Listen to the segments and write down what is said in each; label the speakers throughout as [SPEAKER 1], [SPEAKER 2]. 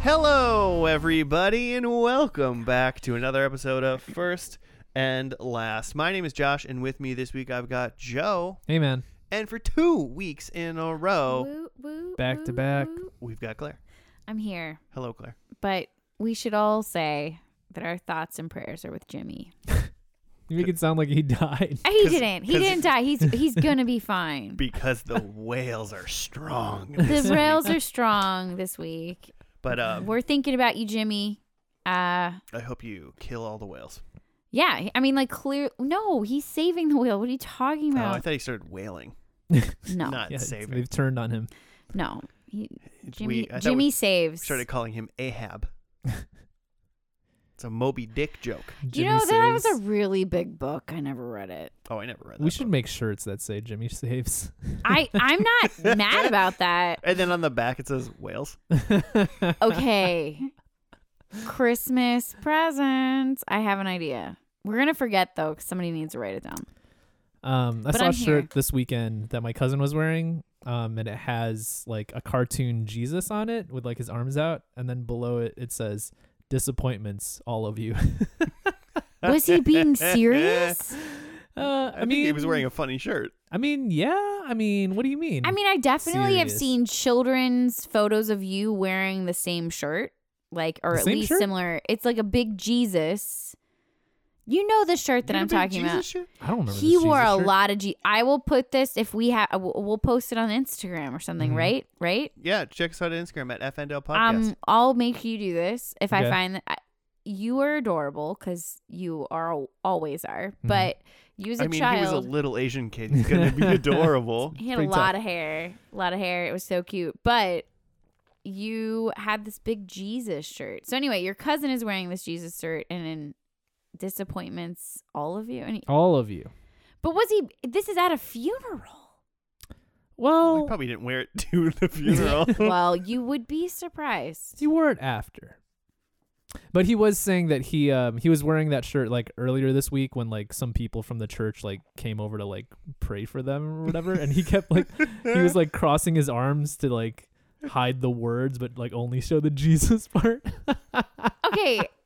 [SPEAKER 1] Hello, everybody, and welcome back to another episode of First and Last. My name is Josh, and with me this week I've got Joe.
[SPEAKER 2] Hey man,
[SPEAKER 1] And for two weeks in a row,
[SPEAKER 3] Woo, woo,
[SPEAKER 2] Back to
[SPEAKER 3] woo,
[SPEAKER 2] back.
[SPEAKER 3] woo.
[SPEAKER 1] we've got Claire.
[SPEAKER 3] I'm here,
[SPEAKER 1] Hello, Claire.
[SPEAKER 3] but we should all say that our thoughts and prayers are with Jimmy. Uh,
[SPEAKER 2] you make it sound like he died.
[SPEAKER 3] He
[SPEAKER 1] 'Cause-
[SPEAKER 3] didn't. He
[SPEAKER 1] 'cause-
[SPEAKER 3] didn't die. He's he's gonna be fine.
[SPEAKER 1] Because the whales are strong.
[SPEAKER 3] The rails are strong this week.
[SPEAKER 1] But uh,
[SPEAKER 3] We're thinking about you, Jimmy. Uh,
[SPEAKER 1] I hope you kill all the whales.
[SPEAKER 3] yeah. I mean, like, clear. No, he's saving the whale. What are you talking
[SPEAKER 1] Oh, I
[SPEAKER 3] about?
[SPEAKER 1] thought he started wailing,
[SPEAKER 3] no,
[SPEAKER 1] not
[SPEAKER 2] Yeah,
[SPEAKER 1] saving.
[SPEAKER 2] they've turned on him.
[SPEAKER 3] no. He, Jimmy.
[SPEAKER 1] we, I thought
[SPEAKER 3] Jimmy
[SPEAKER 1] we
[SPEAKER 3] saves.
[SPEAKER 1] started calling him Ahab. it's a Moby Dick joke.
[SPEAKER 3] you know that was a really big book. I never read it.
[SPEAKER 1] Oh, I never read that.
[SPEAKER 2] We should
[SPEAKER 1] book.
[SPEAKER 2] make shirts that say Jimmy saves.
[SPEAKER 3] I I'm not mad about that.
[SPEAKER 1] And then on the back it says whales.
[SPEAKER 3] okay. Christmas presents. I have an idea. We're gonna forget though, because somebody needs to write it down.
[SPEAKER 2] Um, I
[SPEAKER 3] But
[SPEAKER 2] saw
[SPEAKER 3] I'm
[SPEAKER 2] a
[SPEAKER 3] here.
[SPEAKER 2] shirt this weekend that my cousin was wearing, um, and it has like a cartoon Jesus on it with like his arms out, and then below it it says "Disappointments, all of you."
[SPEAKER 3] Was he being serious?
[SPEAKER 2] Uh,
[SPEAKER 1] I,
[SPEAKER 2] I,
[SPEAKER 1] think
[SPEAKER 2] mean,
[SPEAKER 1] he was wearing a funny shirt.
[SPEAKER 2] I mean, yeah. I mean, what do you mean?
[SPEAKER 3] I mean, I definitely have
[SPEAKER 2] Serious.
[SPEAKER 3] seen children's photos of you wearing the same shirt, like or
[SPEAKER 2] The
[SPEAKER 3] at
[SPEAKER 2] same
[SPEAKER 3] least
[SPEAKER 2] shirt?
[SPEAKER 3] similar. It's like a big Jesus. You know the shirt that I'm talking about.
[SPEAKER 2] I don't remember.
[SPEAKER 3] He
[SPEAKER 2] this
[SPEAKER 3] wore
[SPEAKER 2] Jesus
[SPEAKER 3] a
[SPEAKER 2] shirt.
[SPEAKER 3] lot of G. I will put this if we have. We'll post it on Instagram or something,
[SPEAKER 2] Mhm.
[SPEAKER 3] right? Right.
[SPEAKER 1] Yeah, check us out on Instagram at FNL Podcast.
[SPEAKER 3] Um, I'll make you do this if
[SPEAKER 2] Okay.
[SPEAKER 3] I find that I, you are adorable because you are al- always are.
[SPEAKER 2] Mm-hmm.
[SPEAKER 3] But you as a
[SPEAKER 1] I mean, he was a
[SPEAKER 3] child,
[SPEAKER 1] little Asian kid. He's gonna be adorable.
[SPEAKER 3] he, had a
[SPEAKER 2] pretty
[SPEAKER 3] lot of hair, a lot of hair. It was so cute, but you had this big Jesus shirt. So anyway, your cousin is wearing this Jesus shirt, and in disappointments, all of you. And he,
[SPEAKER 2] all of you.
[SPEAKER 3] but was he? This is at a funeral.
[SPEAKER 2] Well,
[SPEAKER 1] He probably didn't wear it to the funeral.
[SPEAKER 3] well, you would be surprised.
[SPEAKER 2] He wore it after. But he was saying that he um he was wearing that shirt like earlier this week when like some people from the church like came over to like pray for them or whatever and he kept like he was like crossing his arms to like hide the words but like only show the Jesus part.
[SPEAKER 3] okay.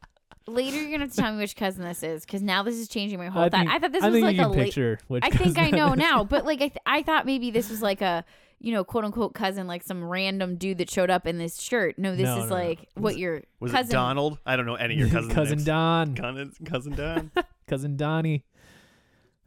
[SPEAKER 3] Later, you're gonna have to tell me which cousin this is, because now this is changing my whole
[SPEAKER 2] I
[SPEAKER 3] thought.
[SPEAKER 2] think-
[SPEAKER 3] I thought this
[SPEAKER 2] I
[SPEAKER 3] was
[SPEAKER 2] think
[SPEAKER 3] like
[SPEAKER 2] you
[SPEAKER 3] a
[SPEAKER 2] can
[SPEAKER 3] late.
[SPEAKER 2] picture which
[SPEAKER 3] I think I
[SPEAKER 2] cousin
[SPEAKER 3] know
[SPEAKER 2] that is.
[SPEAKER 3] now, but like I, th- I thought maybe this was like a you know quote unquote cousin, like some random dude that showed up in this shirt. No, this
[SPEAKER 2] No,
[SPEAKER 3] is
[SPEAKER 2] no, no.
[SPEAKER 3] like
[SPEAKER 2] Was
[SPEAKER 3] what your
[SPEAKER 1] was
[SPEAKER 3] cousin.
[SPEAKER 1] it Donald? I don't know any of your cousins.
[SPEAKER 2] cousin
[SPEAKER 1] names.
[SPEAKER 2] Don,
[SPEAKER 1] Cousin, cousin Don.
[SPEAKER 2] cousin Donnie.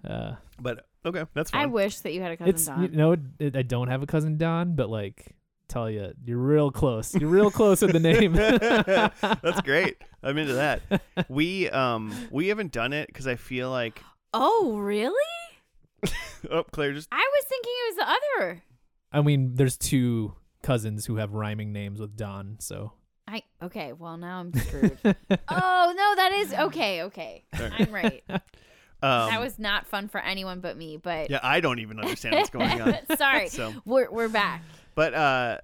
[SPEAKER 2] Uh
[SPEAKER 1] but okay, that's fine.
[SPEAKER 3] I wish that you had a cousin
[SPEAKER 2] it's
[SPEAKER 3] Don.
[SPEAKER 2] you know it, I don't have a cousin Don, but like tell you you're real close. You're real close with the name.
[SPEAKER 1] that's great. I'm into that. We um we haven't done it because I feel like
[SPEAKER 3] oh, really?
[SPEAKER 1] oh Claire just
[SPEAKER 3] I was thinking it was the other.
[SPEAKER 2] I mean, there's two cousins who have rhyming names with Don, so
[SPEAKER 3] I okay. Well, now I'm screwed. oh no, that is okay. Okay, I'm right.
[SPEAKER 1] um
[SPEAKER 3] that was not fun for anyone but me. But
[SPEAKER 1] yeah I don't even understand what's going on.
[SPEAKER 3] sorry,
[SPEAKER 1] So
[SPEAKER 3] we're we're back.
[SPEAKER 1] But uh,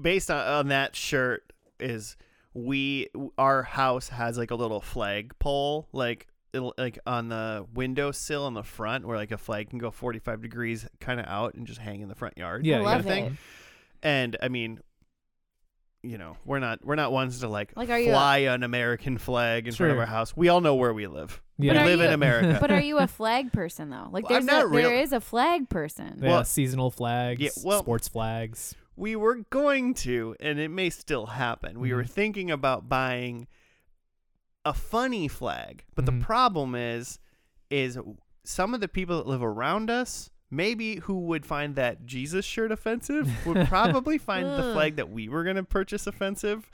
[SPEAKER 1] based on, on that shirt is we our house has like a little flag pole like it'll, like on the windowsill on the front where like a flag can go 45 degrees kind of out and just hang in the front yard.
[SPEAKER 2] yeah,
[SPEAKER 3] I
[SPEAKER 2] yeah.
[SPEAKER 3] love
[SPEAKER 1] thing.
[SPEAKER 3] it.
[SPEAKER 1] And I mean you know, we're not we're not ones to like,
[SPEAKER 3] Like, are you a-
[SPEAKER 1] fly an American flag in front of
[SPEAKER 2] Sure.
[SPEAKER 1] our house. We all know where we live.
[SPEAKER 2] Yeah.
[SPEAKER 3] But
[SPEAKER 1] We
[SPEAKER 3] are
[SPEAKER 1] live in
[SPEAKER 3] you-
[SPEAKER 1] America.
[SPEAKER 3] But are you a flag person though? Like
[SPEAKER 1] Well, I'm
[SPEAKER 3] there's
[SPEAKER 1] not
[SPEAKER 3] a, there
[SPEAKER 1] real-
[SPEAKER 3] is a flag person.
[SPEAKER 2] Yeah,
[SPEAKER 1] Well-
[SPEAKER 2] seasonal flags,
[SPEAKER 1] Yeah, well-
[SPEAKER 2] sports flags.
[SPEAKER 1] we were going to, and it may still happen. We were
[SPEAKER 2] Mhm.
[SPEAKER 1] thinking about buying a funny flag, but
[SPEAKER 2] Mhm.
[SPEAKER 1] the problem is, is some of the people that live around us, maybe who would find that Jesus shirt offensive, would probably find the
[SPEAKER 3] Ugh.
[SPEAKER 1] flag that we were going to purchase offensive.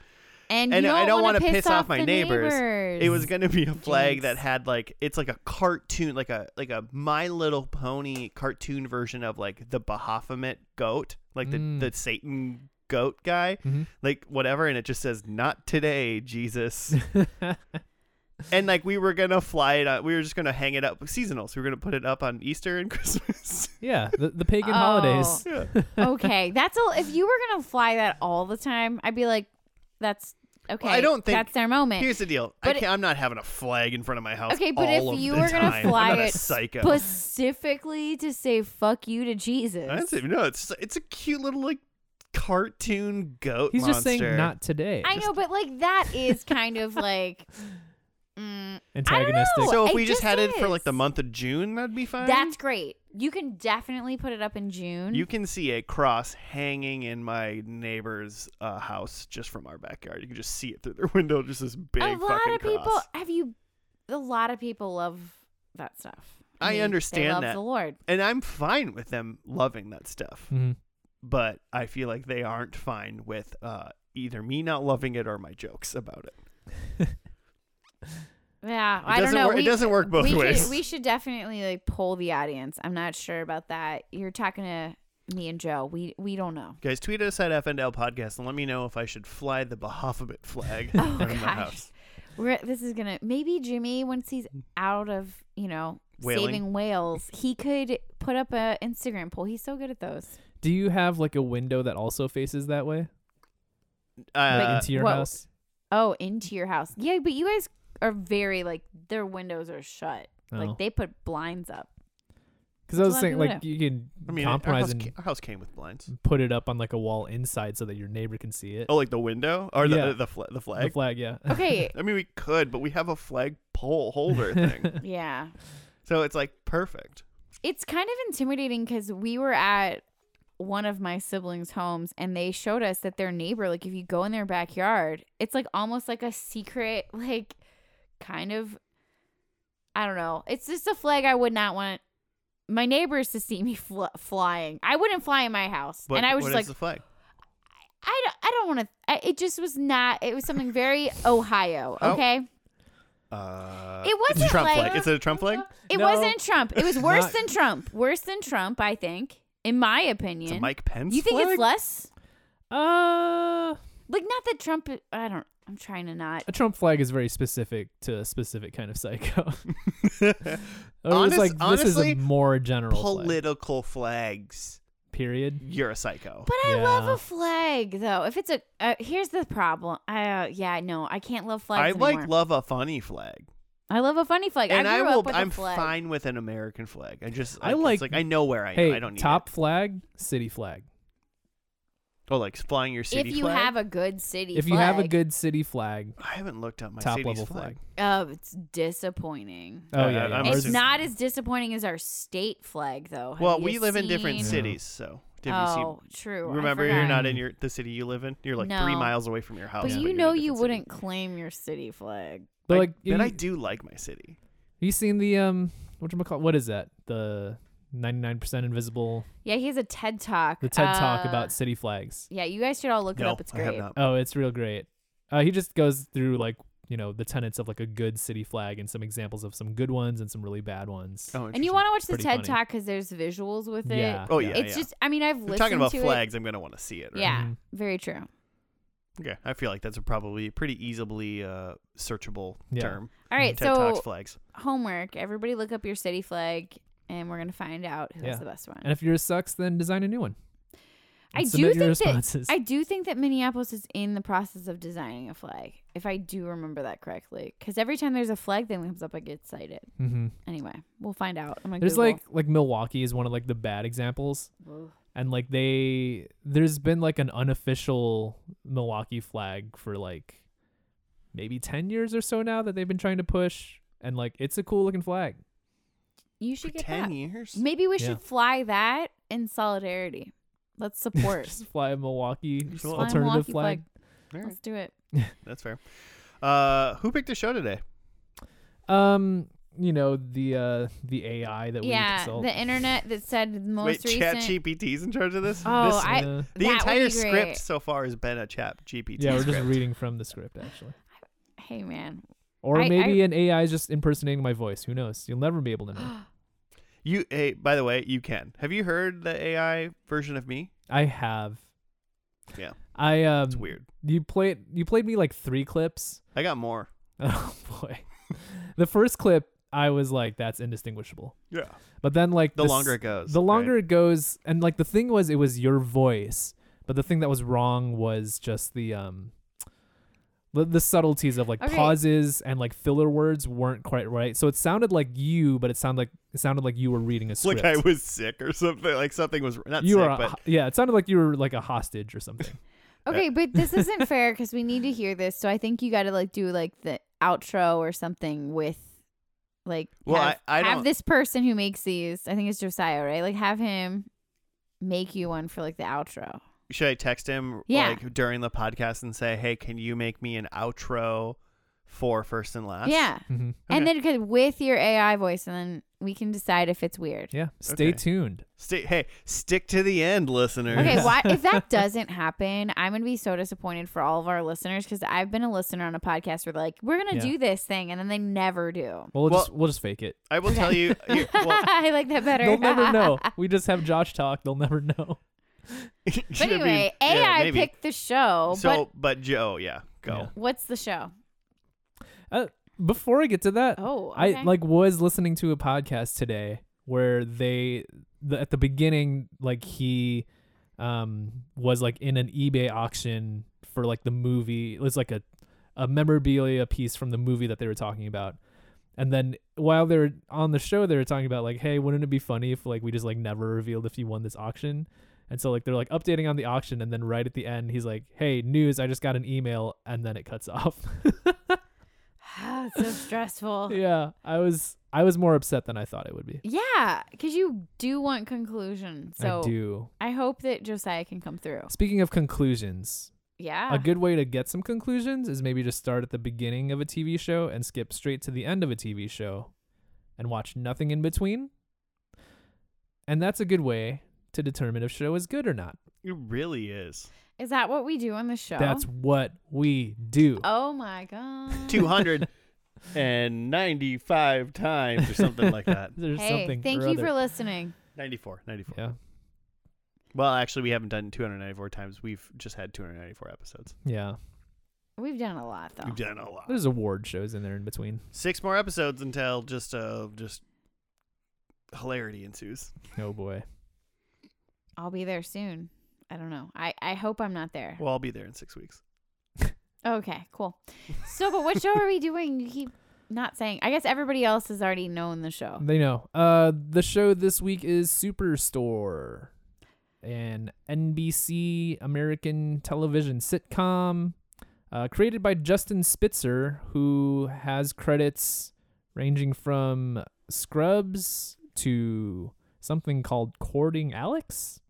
[SPEAKER 3] And,
[SPEAKER 1] And
[SPEAKER 3] you
[SPEAKER 1] I don't
[SPEAKER 3] want
[SPEAKER 1] wanna
[SPEAKER 3] to
[SPEAKER 1] piss off my
[SPEAKER 3] the
[SPEAKER 1] neighbors.
[SPEAKER 3] neighbors.
[SPEAKER 1] It was going to be a flag that
[SPEAKER 3] Jinx.
[SPEAKER 1] had like it's like a cartoon, like a like a My Little Pony cartoon version of like the Baphomet goat, like the
[SPEAKER 2] Mm.
[SPEAKER 1] the Satan goat guy
[SPEAKER 2] Mhm.
[SPEAKER 1] like whatever and it just says not today jesus and like we were gonna fly it out we were just gonna hang it up seasonal so we were gonna put it up on easter and christmas
[SPEAKER 2] yeah, the, the
[SPEAKER 3] Oh.
[SPEAKER 2] pagan holidays.
[SPEAKER 1] yeah.
[SPEAKER 3] okay. That's all. If you were gonna fly that all the time, I'd be like, that's okay.
[SPEAKER 1] I don't think-
[SPEAKER 3] that's their moment.
[SPEAKER 1] here's the deal I
[SPEAKER 3] But it-
[SPEAKER 1] can't, i'm not having a flag in front of my house
[SPEAKER 3] Okay, but if
[SPEAKER 1] all of
[SPEAKER 3] you
[SPEAKER 1] the
[SPEAKER 3] were gonna
[SPEAKER 1] time. I'm
[SPEAKER 3] fly
[SPEAKER 1] not a
[SPEAKER 3] it
[SPEAKER 1] psycho
[SPEAKER 3] Specifically to say fuck you to Jesus.
[SPEAKER 1] I don't say- no it's it's a cute little like cartoon goat
[SPEAKER 2] He's
[SPEAKER 1] monster.
[SPEAKER 2] just saying not today.
[SPEAKER 3] I know, but like that is kind of like. Mm,
[SPEAKER 2] Antagonistic.
[SPEAKER 3] know.
[SPEAKER 1] So if
[SPEAKER 3] It
[SPEAKER 1] we just,
[SPEAKER 3] just
[SPEAKER 1] had it for like the
[SPEAKER 3] is.
[SPEAKER 1] month of June, that'd be fine.
[SPEAKER 3] that's great. You can definitely put it up in June.
[SPEAKER 1] you can see a cross hanging in my neighbor's uh, house just from our backyard. You can just see it through their window, just this big
[SPEAKER 3] a lot
[SPEAKER 1] fucking
[SPEAKER 3] of people
[SPEAKER 1] cross.
[SPEAKER 3] have you. A lot of people love that stuff.
[SPEAKER 1] I
[SPEAKER 3] mean,
[SPEAKER 1] understand
[SPEAKER 3] they love
[SPEAKER 1] that.
[SPEAKER 3] the Lord.
[SPEAKER 1] And I'm fine with them loving that stuff,
[SPEAKER 2] Mhm.
[SPEAKER 1] but I feel like they aren't fine with uh, either me not loving it or my jokes about it.
[SPEAKER 3] Yeah,
[SPEAKER 1] It
[SPEAKER 3] I don't
[SPEAKER 1] doesn't
[SPEAKER 3] know.
[SPEAKER 1] work.
[SPEAKER 3] We-
[SPEAKER 1] it doesn't work both
[SPEAKER 3] we
[SPEAKER 1] ways.
[SPEAKER 3] Should, we should definitely like poll the audience. I'm not sure about that. You're talking to me and Joe. We we don't know.
[SPEAKER 1] Guys, tweet us at FNL Podcast and let me know if I should fly the Bahafabit flag
[SPEAKER 3] Oh,
[SPEAKER 1] out of my
[SPEAKER 3] gosh.
[SPEAKER 1] house.
[SPEAKER 3] We're this is gonna maybe Jimmy once he's out of you know
[SPEAKER 1] Whaling.
[SPEAKER 3] saving whales, he could put up a Instagram poll. He's so good at those.
[SPEAKER 2] Do you have like a window that also faces that way
[SPEAKER 1] Uh,
[SPEAKER 2] into your
[SPEAKER 3] whoa.
[SPEAKER 2] house?
[SPEAKER 3] Oh, into your house. Yeah, but you guys are very like their windows are shut.
[SPEAKER 2] Oh.
[SPEAKER 3] Like they put blinds up.
[SPEAKER 2] Because I
[SPEAKER 3] a
[SPEAKER 2] was
[SPEAKER 3] lot of
[SPEAKER 2] saying
[SPEAKER 3] people
[SPEAKER 2] like
[SPEAKER 3] do.
[SPEAKER 2] you can
[SPEAKER 1] I mean, our
[SPEAKER 2] compromise
[SPEAKER 1] house,
[SPEAKER 2] and
[SPEAKER 1] ca- our house came with blinds.
[SPEAKER 2] put it up on like a wall inside so that your neighbor can see it.
[SPEAKER 1] Oh, like the window or the
[SPEAKER 2] Yeah.
[SPEAKER 1] the, fla- the
[SPEAKER 2] the
[SPEAKER 1] flag.
[SPEAKER 2] flag, yeah.
[SPEAKER 3] Okay.
[SPEAKER 1] I mean, we could, but we have a flag pole holder thing,
[SPEAKER 3] yeah.
[SPEAKER 1] so it's like perfect.
[SPEAKER 3] It's kind of intimidating because we were at one of my siblings' homes and they showed us that their neighbor, like if you go in their backyard, it's like almost like a secret, like kind of, I don't know. It's just a flag I would not want my neighbors to see me fl- flying. I wouldn't fly in my house.
[SPEAKER 1] But
[SPEAKER 3] and I was
[SPEAKER 1] what
[SPEAKER 3] just
[SPEAKER 1] is
[SPEAKER 3] like,
[SPEAKER 1] the flag?
[SPEAKER 3] I don't, I don't want to, it just was not, it was something very Ohio,
[SPEAKER 1] Oh.
[SPEAKER 3] okay?
[SPEAKER 1] Uh,
[SPEAKER 3] It
[SPEAKER 1] it's a
[SPEAKER 3] wasn't
[SPEAKER 1] Trump
[SPEAKER 3] like-
[SPEAKER 1] flag. Is it a Trump flag?
[SPEAKER 3] It
[SPEAKER 2] No.
[SPEAKER 3] wasn't Trump. It was worse
[SPEAKER 2] Not-
[SPEAKER 3] than Trump. Worse than Trump, I think, in my
[SPEAKER 1] It's
[SPEAKER 3] opinion.
[SPEAKER 1] a Mike Pence.
[SPEAKER 3] You think
[SPEAKER 1] flag?
[SPEAKER 3] it's less?
[SPEAKER 2] Uh,
[SPEAKER 3] Like not that Trump. I don't. I'm trying to not.
[SPEAKER 2] a Trump flag is very specific to a specific kind of psycho. Or
[SPEAKER 1] Honest-
[SPEAKER 2] it's like this is
[SPEAKER 1] honestly,
[SPEAKER 2] a more general flag,
[SPEAKER 1] political flags?
[SPEAKER 2] period.
[SPEAKER 1] You're a psycho.
[SPEAKER 3] But I love
[SPEAKER 2] Yeah.
[SPEAKER 3] a flag, though. If it's a, uh, here's the problem. I uh, yeah, no, I can't love
[SPEAKER 1] I
[SPEAKER 3] flags
[SPEAKER 1] like
[SPEAKER 3] anymore.
[SPEAKER 1] love a funny flag,
[SPEAKER 3] I love a funny flag.
[SPEAKER 1] and
[SPEAKER 3] I,
[SPEAKER 1] I
[SPEAKER 3] grew
[SPEAKER 1] will.
[SPEAKER 3] Up with a
[SPEAKER 1] I'm
[SPEAKER 3] flag.
[SPEAKER 1] fine with an American flag. I just
[SPEAKER 2] I
[SPEAKER 1] it's
[SPEAKER 2] like-
[SPEAKER 1] like I know where I am.
[SPEAKER 2] Hey,
[SPEAKER 1] I don't need
[SPEAKER 2] top flag, city flag.
[SPEAKER 1] It. Oh, like flying your
[SPEAKER 3] If
[SPEAKER 1] city
[SPEAKER 3] you
[SPEAKER 1] flag.
[SPEAKER 3] have a good city,
[SPEAKER 2] If you have a
[SPEAKER 3] flag,
[SPEAKER 2] good city flag,
[SPEAKER 1] I haven't looked up my
[SPEAKER 2] top
[SPEAKER 1] city's
[SPEAKER 2] level
[SPEAKER 1] flag.
[SPEAKER 2] flag.
[SPEAKER 3] oh, it's disappointing.
[SPEAKER 1] Uh,
[SPEAKER 2] Oh yeah, yeah.
[SPEAKER 1] I'm
[SPEAKER 3] It's
[SPEAKER 1] assuming-
[SPEAKER 3] not as disappointing as our state flag, though. Have
[SPEAKER 1] Well,
[SPEAKER 3] you
[SPEAKER 1] we live in different
[SPEAKER 3] seen-
[SPEAKER 2] Yeah.
[SPEAKER 1] cities, so different city-
[SPEAKER 3] Oh, true. I
[SPEAKER 1] Remember, you're
[SPEAKER 3] forgot.
[SPEAKER 1] not in your the city you live in. You're like three
[SPEAKER 3] No.
[SPEAKER 1] miles away from your house.
[SPEAKER 3] But you
[SPEAKER 1] you're in a
[SPEAKER 3] know
[SPEAKER 1] different
[SPEAKER 3] you
[SPEAKER 1] city.
[SPEAKER 3] wouldn't claim your city flag.
[SPEAKER 2] But
[SPEAKER 1] I-
[SPEAKER 2] like,
[SPEAKER 1] but
[SPEAKER 2] you-
[SPEAKER 1] I do like my city.
[SPEAKER 2] Have you seen the um what call what is that? The 99% invisible
[SPEAKER 3] Yeah, he has a TED talk.
[SPEAKER 2] the TED talk
[SPEAKER 3] Uh,
[SPEAKER 2] about city flags.
[SPEAKER 3] Yeah, you guys should all look it up. It's
[SPEAKER 1] I have
[SPEAKER 3] great.
[SPEAKER 1] not.
[SPEAKER 2] Oh, it's real great. Uh he just goes through like, you know, the tenets of like a good city flag and some examples of some good ones and some really bad ones.
[SPEAKER 1] Oh,
[SPEAKER 3] And you
[SPEAKER 1] interesting.
[SPEAKER 3] want to watch the
[SPEAKER 2] Pretty
[SPEAKER 3] TED
[SPEAKER 2] funny.
[SPEAKER 3] Talk because there's visuals with it.
[SPEAKER 2] Yeah.
[SPEAKER 1] Oh, yeah.
[SPEAKER 3] it's just. I mean, I've
[SPEAKER 1] If we're
[SPEAKER 3] listened
[SPEAKER 1] talking about Mm-hmm.
[SPEAKER 3] to
[SPEAKER 1] flags. I'm gonna want to see it.
[SPEAKER 3] It.
[SPEAKER 1] Right?
[SPEAKER 3] Yeah,
[SPEAKER 2] Mhm.
[SPEAKER 3] very true.
[SPEAKER 1] Okay. I feel like that's a probably pretty easily uh, searchable
[SPEAKER 2] Yeah.
[SPEAKER 1] term.
[SPEAKER 3] All right,
[SPEAKER 1] TED Talks
[SPEAKER 3] so
[SPEAKER 1] flags.
[SPEAKER 3] homework. Everybody, look up your city flag, and we're gonna find out who's
[SPEAKER 2] Yeah.
[SPEAKER 3] the best one.
[SPEAKER 2] And if yours sucks, then design a new one.
[SPEAKER 3] I
[SPEAKER 2] And
[SPEAKER 3] do
[SPEAKER 2] submit your
[SPEAKER 3] think that-
[SPEAKER 2] responses.
[SPEAKER 3] I do think that Minneapolis is in the process of designing a flag, if I do remember that correctly. Because every time there's a flag thing that comes up, I get excited.
[SPEAKER 2] hmm
[SPEAKER 3] Anyway, we'll find out. I'm gonna
[SPEAKER 2] There's
[SPEAKER 3] Google.
[SPEAKER 2] like like Milwaukee is one of like the bad examples.
[SPEAKER 3] Whoa.
[SPEAKER 2] And like they there's been like an unofficial Milwaukee flag for like maybe 10 years or so now that they've been trying to push and like it's a cool looking flag.
[SPEAKER 3] you should get that.
[SPEAKER 1] Ten years.
[SPEAKER 3] Maybe we
[SPEAKER 2] Yeah.
[SPEAKER 3] should fly that in solidarity. Let's support.
[SPEAKER 2] Just fly a Milwaukee
[SPEAKER 1] Just
[SPEAKER 3] Fly
[SPEAKER 1] fly a
[SPEAKER 2] alternative
[SPEAKER 3] Milwaukee
[SPEAKER 2] flag.
[SPEAKER 1] All right,
[SPEAKER 3] Let's do it.
[SPEAKER 1] That's fair. Uh, who picked the show today?
[SPEAKER 2] Um, you know the uh the AI that we
[SPEAKER 3] yeah,
[SPEAKER 2] consult.
[SPEAKER 3] the internet that said the
[SPEAKER 1] Wait,
[SPEAKER 3] most recent.
[SPEAKER 1] ChatGPT's in charge of this.
[SPEAKER 3] Oh,
[SPEAKER 1] this
[SPEAKER 3] I-
[SPEAKER 2] Uh,
[SPEAKER 1] the
[SPEAKER 3] that would
[SPEAKER 1] entire
[SPEAKER 3] be
[SPEAKER 1] script
[SPEAKER 3] great.
[SPEAKER 1] so far has been a Chat GPT.
[SPEAKER 2] yeah, we're just
[SPEAKER 1] script.
[SPEAKER 2] reading from the script actually.
[SPEAKER 3] Hey man,
[SPEAKER 2] Or
[SPEAKER 3] I-
[SPEAKER 2] maybe an AI is just impersonating my voice. Who knows? You'll never be able to know.
[SPEAKER 1] You, hey, by the way, you can. Have you heard the AI version of me?
[SPEAKER 2] I have.
[SPEAKER 1] Yeah.
[SPEAKER 2] I um.
[SPEAKER 1] It's weird.
[SPEAKER 2] You played you played me like three clips.
[SPEAKER 1] I got more.
[SPEAKER 2] Oh boy, the first clip I was like that's indistinguishable.
[SPEAKER 1] Yeah.
[SPEAKER 2] But then like
[SPEAKER 1] The
[SPEAKER 2] this-
[SPEAKER 1] longer it goes,
[SPEAKER 2] the
[SPEAKER 1] right?
[SPEAKER 2] longer it goes, and like the thing was, it was your voice, but the thing that was wrong was just the um, The, the subtleties of like
[SPEAKER 3] Okay.
[SPEAKER 2] pauses and like filler words weren't quite right. So it sounded like you, but it sounded like it sounded like you were reading a script.
[SPEAKER 1] Like I was sick or something. Like something was not
[SPEAKER 2] you
[SPEAKER 1] sick,
[SPEAKER 2] were a,
[SPEAKER 1] but
[SPEAKER 2] ho- yeah. It sounded like you were like a hostage or something.
[SPEAKER 3] Okay, but this isn't fair because we need to hear this. So I think you got to like do like the outro or something with like
[SPEAKER 1] Well,
[SPEAKER 3] have,
[SPEAKER 1] I- I
[SPEAKER 3] have
[SPEAKER 1] don't-
[SPEAKER 3] this person who makes these. I think it's Josiah, right? Like have him make you one for like the outro.
[SPEAKER 1] should I text him
[SPEAKER 3] Yeah.
[SPEAKER 1] like during the podcast and say, "Hey, can you make me an outro for first and last?"
[SPEAKER 3] yeah,
[SPEAKER 2] Mhm.
[SPEAKER 3] and then cause with your AI voice, and then we can decide if it's weird.
[SPEAKER 2] Yeah. Stay
[SPEAKER 1] Okay.
[SPEAKER 2] tuned.
[SPEAKER 1] Stay, hey, stick to the end, listeners.
[SPEAKER 3] Okay, why, if that doesn't happen, I'm gonna be so disappointed for all of our listeners because I've been a listener on a podcast where like we're gonna
[SPEAKER 2] Yeah.
[SPEAKER 3] do this thing and then they never do.
[SPEAKER 2] Well, we'll,
[SPEAKER 1] Well-
[SPEAKER 2] just we'll just fake it.
[SPEAKER 1] I will tell you. you- well,
[SPEAKER 3] I like that better.
[SPEAKER 2] They'll never know. We just have Josh talk. They'll never know.
[SPEAKER 1] I
[SPEAKER 3] But
[SPEAKER 1] mean,
[SPEAKER 3] anyway,
[SPEAKER 1] yeah,
[SPEAKER 3] AI
[SPEAKER 1] maybe.
[SPEAKER 3] picked the show.
[SPEAKER 1] So, but, Joe, yeah, go.
[SPEAKER 3] but what's the show?
[SPEAKER 2] Uh, before I get to that,
[SPEAKER 3] Oh, okay.
[SPEAKER 2] I like was listening to a podcast today where they the, at the beginning like he um was like in an eBay auction for like the movie it was like a a memorabilia piece from the movie that they were talking about and then while they were on the show they were talking about like hey wouldn't it be funny if like we just like never revealed if you won this auction and so like they're like updating on the auction and then right at the end he's like hey news i just got an email and then it cuts off
[SPEAKER 3] it's so stressful.
[SPEAKER 2] yeah i was i was more upset than i thought it would be
[SPEAKER 3] Yeah, because you do want conclusion. So
[SPEAKER 2] I do.
[SPEAKER 3] I hope that Josiah can come through.
[SPEAKER 2] Speaking of conclusions,
[SPEAKER 3] Yeah.
[SPEAKER 2] a good way to get some conclusions is maybe just start at the beginning of a TV show and skip straight to the end of a TV show and watch nothing in between. And that's a good way to determine if show is good or not.
[SPEAKER 1] It really is.
[SPEAKER 3] Is that what we do on the show?
[SPEAKER 2] That's what we do.
[SPEAKER 3] Oh my god.
[SPEAKER 1] 295 times or something like that.
[SPEAKER 2] There's
[SPEAKER 3] Hey,
[SPEAKER 2] something.
[SPEAKER 3] thank
[SPEAKER 2] or
[SPEAKER 3] you
[SPEAKER 2] other.
[SPEAKER 3] for listening.
[SPEAKER 1] 94, 94.
[SPEAKER 2] Yeah.
[SPEAKER 1] Well, actually, we haven't done 294 times. We've just had 294 episodes.
[SPEAKER 2] Yeah.
[SPEAKER 3] We've done a lot though.
[SPEAKER 1] We've done a lot.
[SPEAKER 2] There's award shows in there in between.
[SPEAKER 1] Six more episodes until just uh just hilarity ensues.
[SPEAKER 2] Oh boy.
[SPEAKER 3] I'll be there soon. I don't know. I, I hope I'm not there.
[SPEAKER 1] Well, I'll be there in six weeks.
[SPEAKER 3] Okay, cool. So, but what show are we doing? You keep not saying. I guess everybody else has already known the show.
[SPEAKER 2] They know. Uh, the show this week is Superstore, an NBC American television sitcom uh, created by Justin Spitzer, who has credits ranging from Scrubs to something called Courting Alex.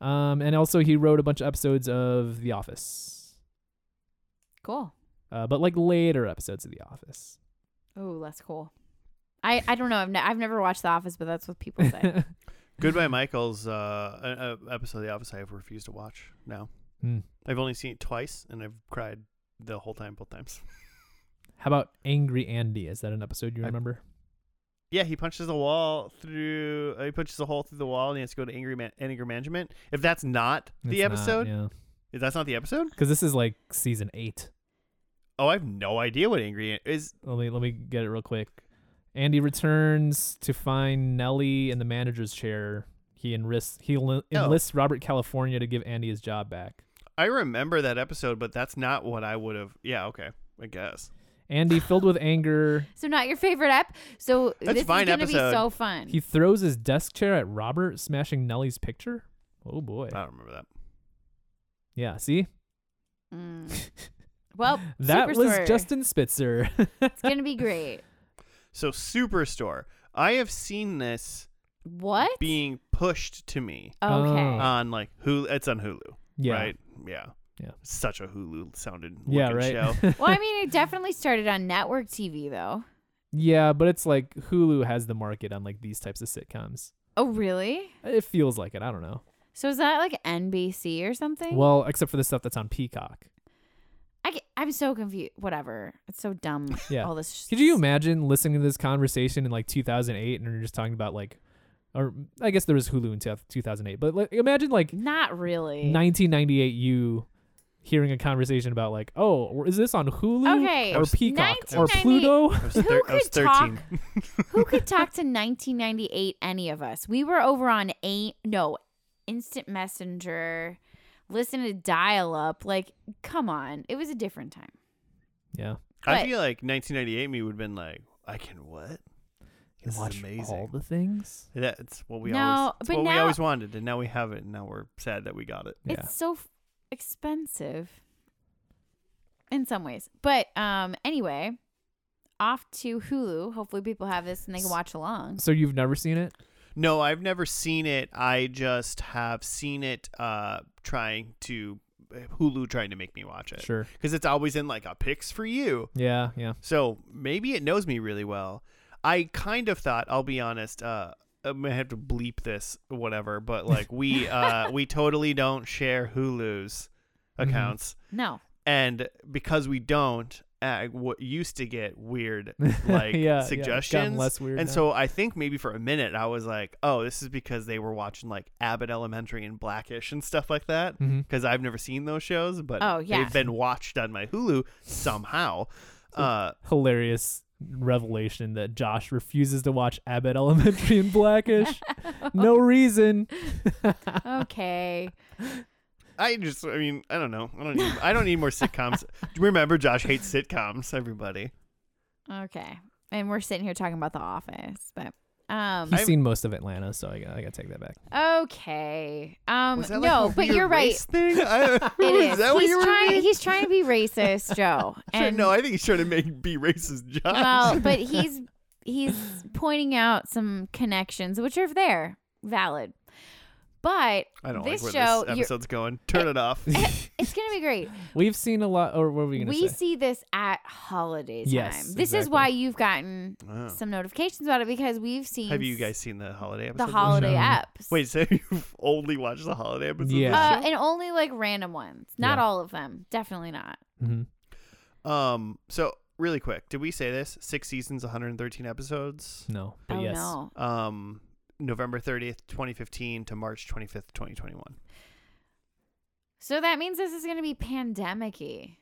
[SPEAKER 2] Um, and also, he wrote a bunch of episodes of The Office,
[SPEAKER 3] Cool.
[SPEAKER 2] uh, but like later episodes of The Office.
[SPEAKER 3] Oh, that's cool. I, I don't know. I've, ne- I've never watched The Office, but that's what people say.
[SPEAKER 1] Goodbye, Michael's uh, a- a episode of The Office I have refused to watch now.
[SPEAKER 2] Hmm.
[SPEAKER 1] I've only seen it twice, and I've cried the whole time, both times.
[SPEAKER 2] How about Angry Andy? Is that an episode you
[SPEAKER 1] I-
[SPEAKER 2] remember?
[SPEAKER 1] Yeah, he punches the wall through. Uh, he punches a hole through the wall, and he has to go to angry man- anger management. If that's not the
[SPEAKER 2] It's not,
[SPEAKER 1] episode,
[SPEAKER 2] yeah.
[SPEAKER 1] if that's not the episode,
[SPEAKER 2] Because this is like season eight.
[SPEAKER 1] oh, I have no idea what angry An- is.
[SPEAKER 2] Let me let me get it real quick. Andy returns to find Nellie in the manager's chair. He enlists he enli-
[SPEAKER 1] Oh.
[SPEAKER 2] enlists Robert California to give Andy his job back.
[SPEAKER 1] I remember that episode, but that's not what I would have. Yeah, okay, I guess.
[SPEAKER 2] Andy, filled with anger,
[SPEAKER 3] so, not your favorite app. So, this is
[SPEAKER 1] fine
[SPEAKER 3] going to be
[SPEAKER 1] episode.
[SPEAKER 3] so fun.
[SPEAKER 2] he throws his desk chair at Robert, smashing Nellie's picture. Oh boy!
[SPEAKER 1] I don't remember that.
[SPEAKER 2] Yeah, see,
[SPEAKER 3] Mm. Well,
[SPEAKER 2] that
[SPEAKER 3] Superstore.
[SPEAKER 2] was Justin Spitzer.
[SPEAKER 3] It's going to be great.
[SPEAKER 1] So Superstore, I have seen this
[SPEAKER 3] What?
[SPEAKER 1] being uh, pushed to me
[SPEAKER 3] okay.
[SPEAKER 2] Oh.
[SPEAKER 1] on like Hulu. It's on Hulu,
[SPEAKER 2] yeah,
[SPEAKER 1] right? Yeah,
[SPEAKER 2] Yeah.
[SPEAKER 1] Such a Hulu sounded
[SPEAKER 2] yeah,
[SPEAKER 1] looking show.
[SPEAKER 2] right.
[SPEAKER 3] well, I mean, it definitely started on network TV, though.
[SPEAKER 2] yeah, but it's like Hulu has the market on like these types of sitcoms.
[SPEAKER 3] Oh, really?
[SPEAKER 2] It feels like it. I don't know.
[SPEAKER 3] So, is that like NBC or something?
[SPEAKER 2] Well, except for the stuff that's on Peacock.
[SPEAKER 3] I get, I'm so confused. Whatever. It's so dumb.
[SPEAKER 2] Yeah.
[SPEAKER 3] All this.
[SPEAKER 2] Could you imagine listening to this conversation in like 2008 and you're just talking about like, or I guess there was Hulu in 2008, but like, imagine like
[SPEAKER 3] Not really.
[SPEAKER 2] 1998 you hearing a conversation about like, oh, is this on Hulu
[SPEAKER 3] Okay.
[SPEAKER 2] or Peacock or
[SPEAKER 3] 1998
[SPEAKER 2] Pluto?
[SPEAKER 1] I was,
[SPEAKER 3] Who
[SPEAKER 1] thir- I was
[SPEAKER 3] could talk-
[SPEAKER 1] thirteen.
[SPEAKER 3] Who could talk to 1998 any of us? We were over on eight, no, instant messenger, listen to dial up. Like, come on. It was a different time.
[SPEAKER 2] Yeah.
[SPEAKER 1] I
[SPEAKER 3] But-
[SPEAKER 1] feel like 1998 me would have been like, I can what? This is
[SPEAKER 2] watch
[SPEAKER 1] amazing.
[SPEAKER 2] all the things.
[SPEAKER 1] That's what we
[SPEAKER 3] No,
[SPEAKER 1] always it's
[SPEAKER 3] but
[SPEAKER 1] what we
[SPEAKER 3] now-
[SPEAKER 1] always wanted, and now we have it, and now we're sad that we got it.
[SPEAKER 2] Yeah.
[SPEAKER 3] It's so f- expensive in some ways. But um anyway, off to Hulu. Hopefully people have this and they can
[SPEAKER 2] S-
[SPEAKER 3] watch along.
[SPEAKER 2] So you've never seen it?
[SPEAKER 1] No, I've never seen it. I just have seen it uh trying to Hulu trying to make me watch it.
[SPEAKER 2] Sure.
[SPEAKER 1] Because it's always in like a picks for you.
[SPEAKER 2] Yeah. Yeah.
[SPEAKER 1] So maybe it knows me really well. I kind of thought, I'll be honest, uh I'm gonna have to bleep this, whatever, but like we uh we totally don't share Hulu's
[SPEAKER 2] Mhm.
[SPEAKER 1] accounts.
[SPEAKER 3] No.
[SPEAKER 1] and because we don't uh, what used to get weird like
[SPEAKER 2] yeah, it's gotten
[SPEAKER 1] suggestions
[SPEAKER 2] less weird
[SPEAKER 1] and
[SPEAKER 2] now.
[SPEAKER 1] so i think maybe for a minute i was like oh this is because they were watching like abbott elementary and blackish and stuff like that
[SPEAKER 2] Mhm.
[SPEAKER 1] because i've never seen those shows but
[SPEAKER 3] Oh, yeah.
[SPEAKER 1] they've been watched on my hulu somehow uh
[SPEAKER 2] hilarious revelation that Josh refuses to watch Abbott Elementary and Blackish. no reason.
[SPEAKER 3] Okay.
[SPEAKER 1] i just i mean i don't know i don't need i don't need more sitcoms remember josh hates sitcoms everybody
[SPEAKER 3] okay. And we're sitting here talking about the office, but um
[SPEAKER 2] He's seen most of Atlanta, so I, gotta- I gotta take that back.
[SPEAKER 3] okay. Um
[SPEAKER 1] was that like
[SPEAKER 3] no,
[SPEAKER 1] a
[SPEAKER 3] but
[SPEAKER 1] weird
[SPEAKER 3] you're right.
[SPEAKER 1] race thing? I,
[SPEAKER 3] It
[SPEAKER 1] was
[SPEAKER 3] is.
[SPEAKER 1] that what
[SPEAKER 3] he's
[SPEAKER 1] you were
[SPEAKER 3] trying
[SPEAKER 1] reading?
[SPEAKER 3] he's trying to be racist, Joe.
[SPEAKER 1] Sure,
[SPEAKER 3] And
[SPEAKER 1] no, I think he's trying to make be racist, Josh.
[SPEAKER 3] well, but he's he's pointing out some connections which are there, valid. But
[SPEAKER 1] I don't
[SPEAKER 3] this
[SPEAKER 1] like where
[SPEAKER 3] show,
[SPEAKER 1] this
[SPEAKER 3] you're-
[SPEAKER 1] episode's going. Turn it off.
[SPEAKER 3] it's gonna be great.
[SPEAKER 2] We've seen a lot, or what were we gonna
[SPEAKER 3] We
[SPEAKER 2] say?
[SPEAKER 3] see this at holiday time.
[SPEAKER 2] Yes,
[SPEAKER 3] this is
[SPEAKER 2] exactly.
[SPEAKER 3] why you've gotten
[SPEAKER 1] Wow.
[SPEAKER 3] some notifications about it because we've seen
[SPEAKER 1] Oh. Have you guys seen the holiday episode?
[SPEAKER 3] the holiday
[SPEAKER 2] No.
[SPEAKER 3] apps.
[SPEAKER 1] Wait, so you've only watched the holiday episode?
[SPEAKER 2] Yeah.
[SPEAKER 3] Uh, and only like random ones, not
[SPEAKER 2] Yeah.
[SPEAKER 3] all of them. Definitely not.
[SPEAKER 2] hmm
[SPEAKER 3] Uh,
[SPEAKER 1] Um. So really quick, did we say this? Six seasons, 113 episodes.
[SPEAKER 2] No, but
[SPEAKER 3] oh
[SPEAKER 2] yes,
[SPEAKER 3] no!
[SPEAKER 1] Um. November 30th, 2015 to March 25th, 2021.
[SPEAKER 3] So that means this is gonna be pandemicy.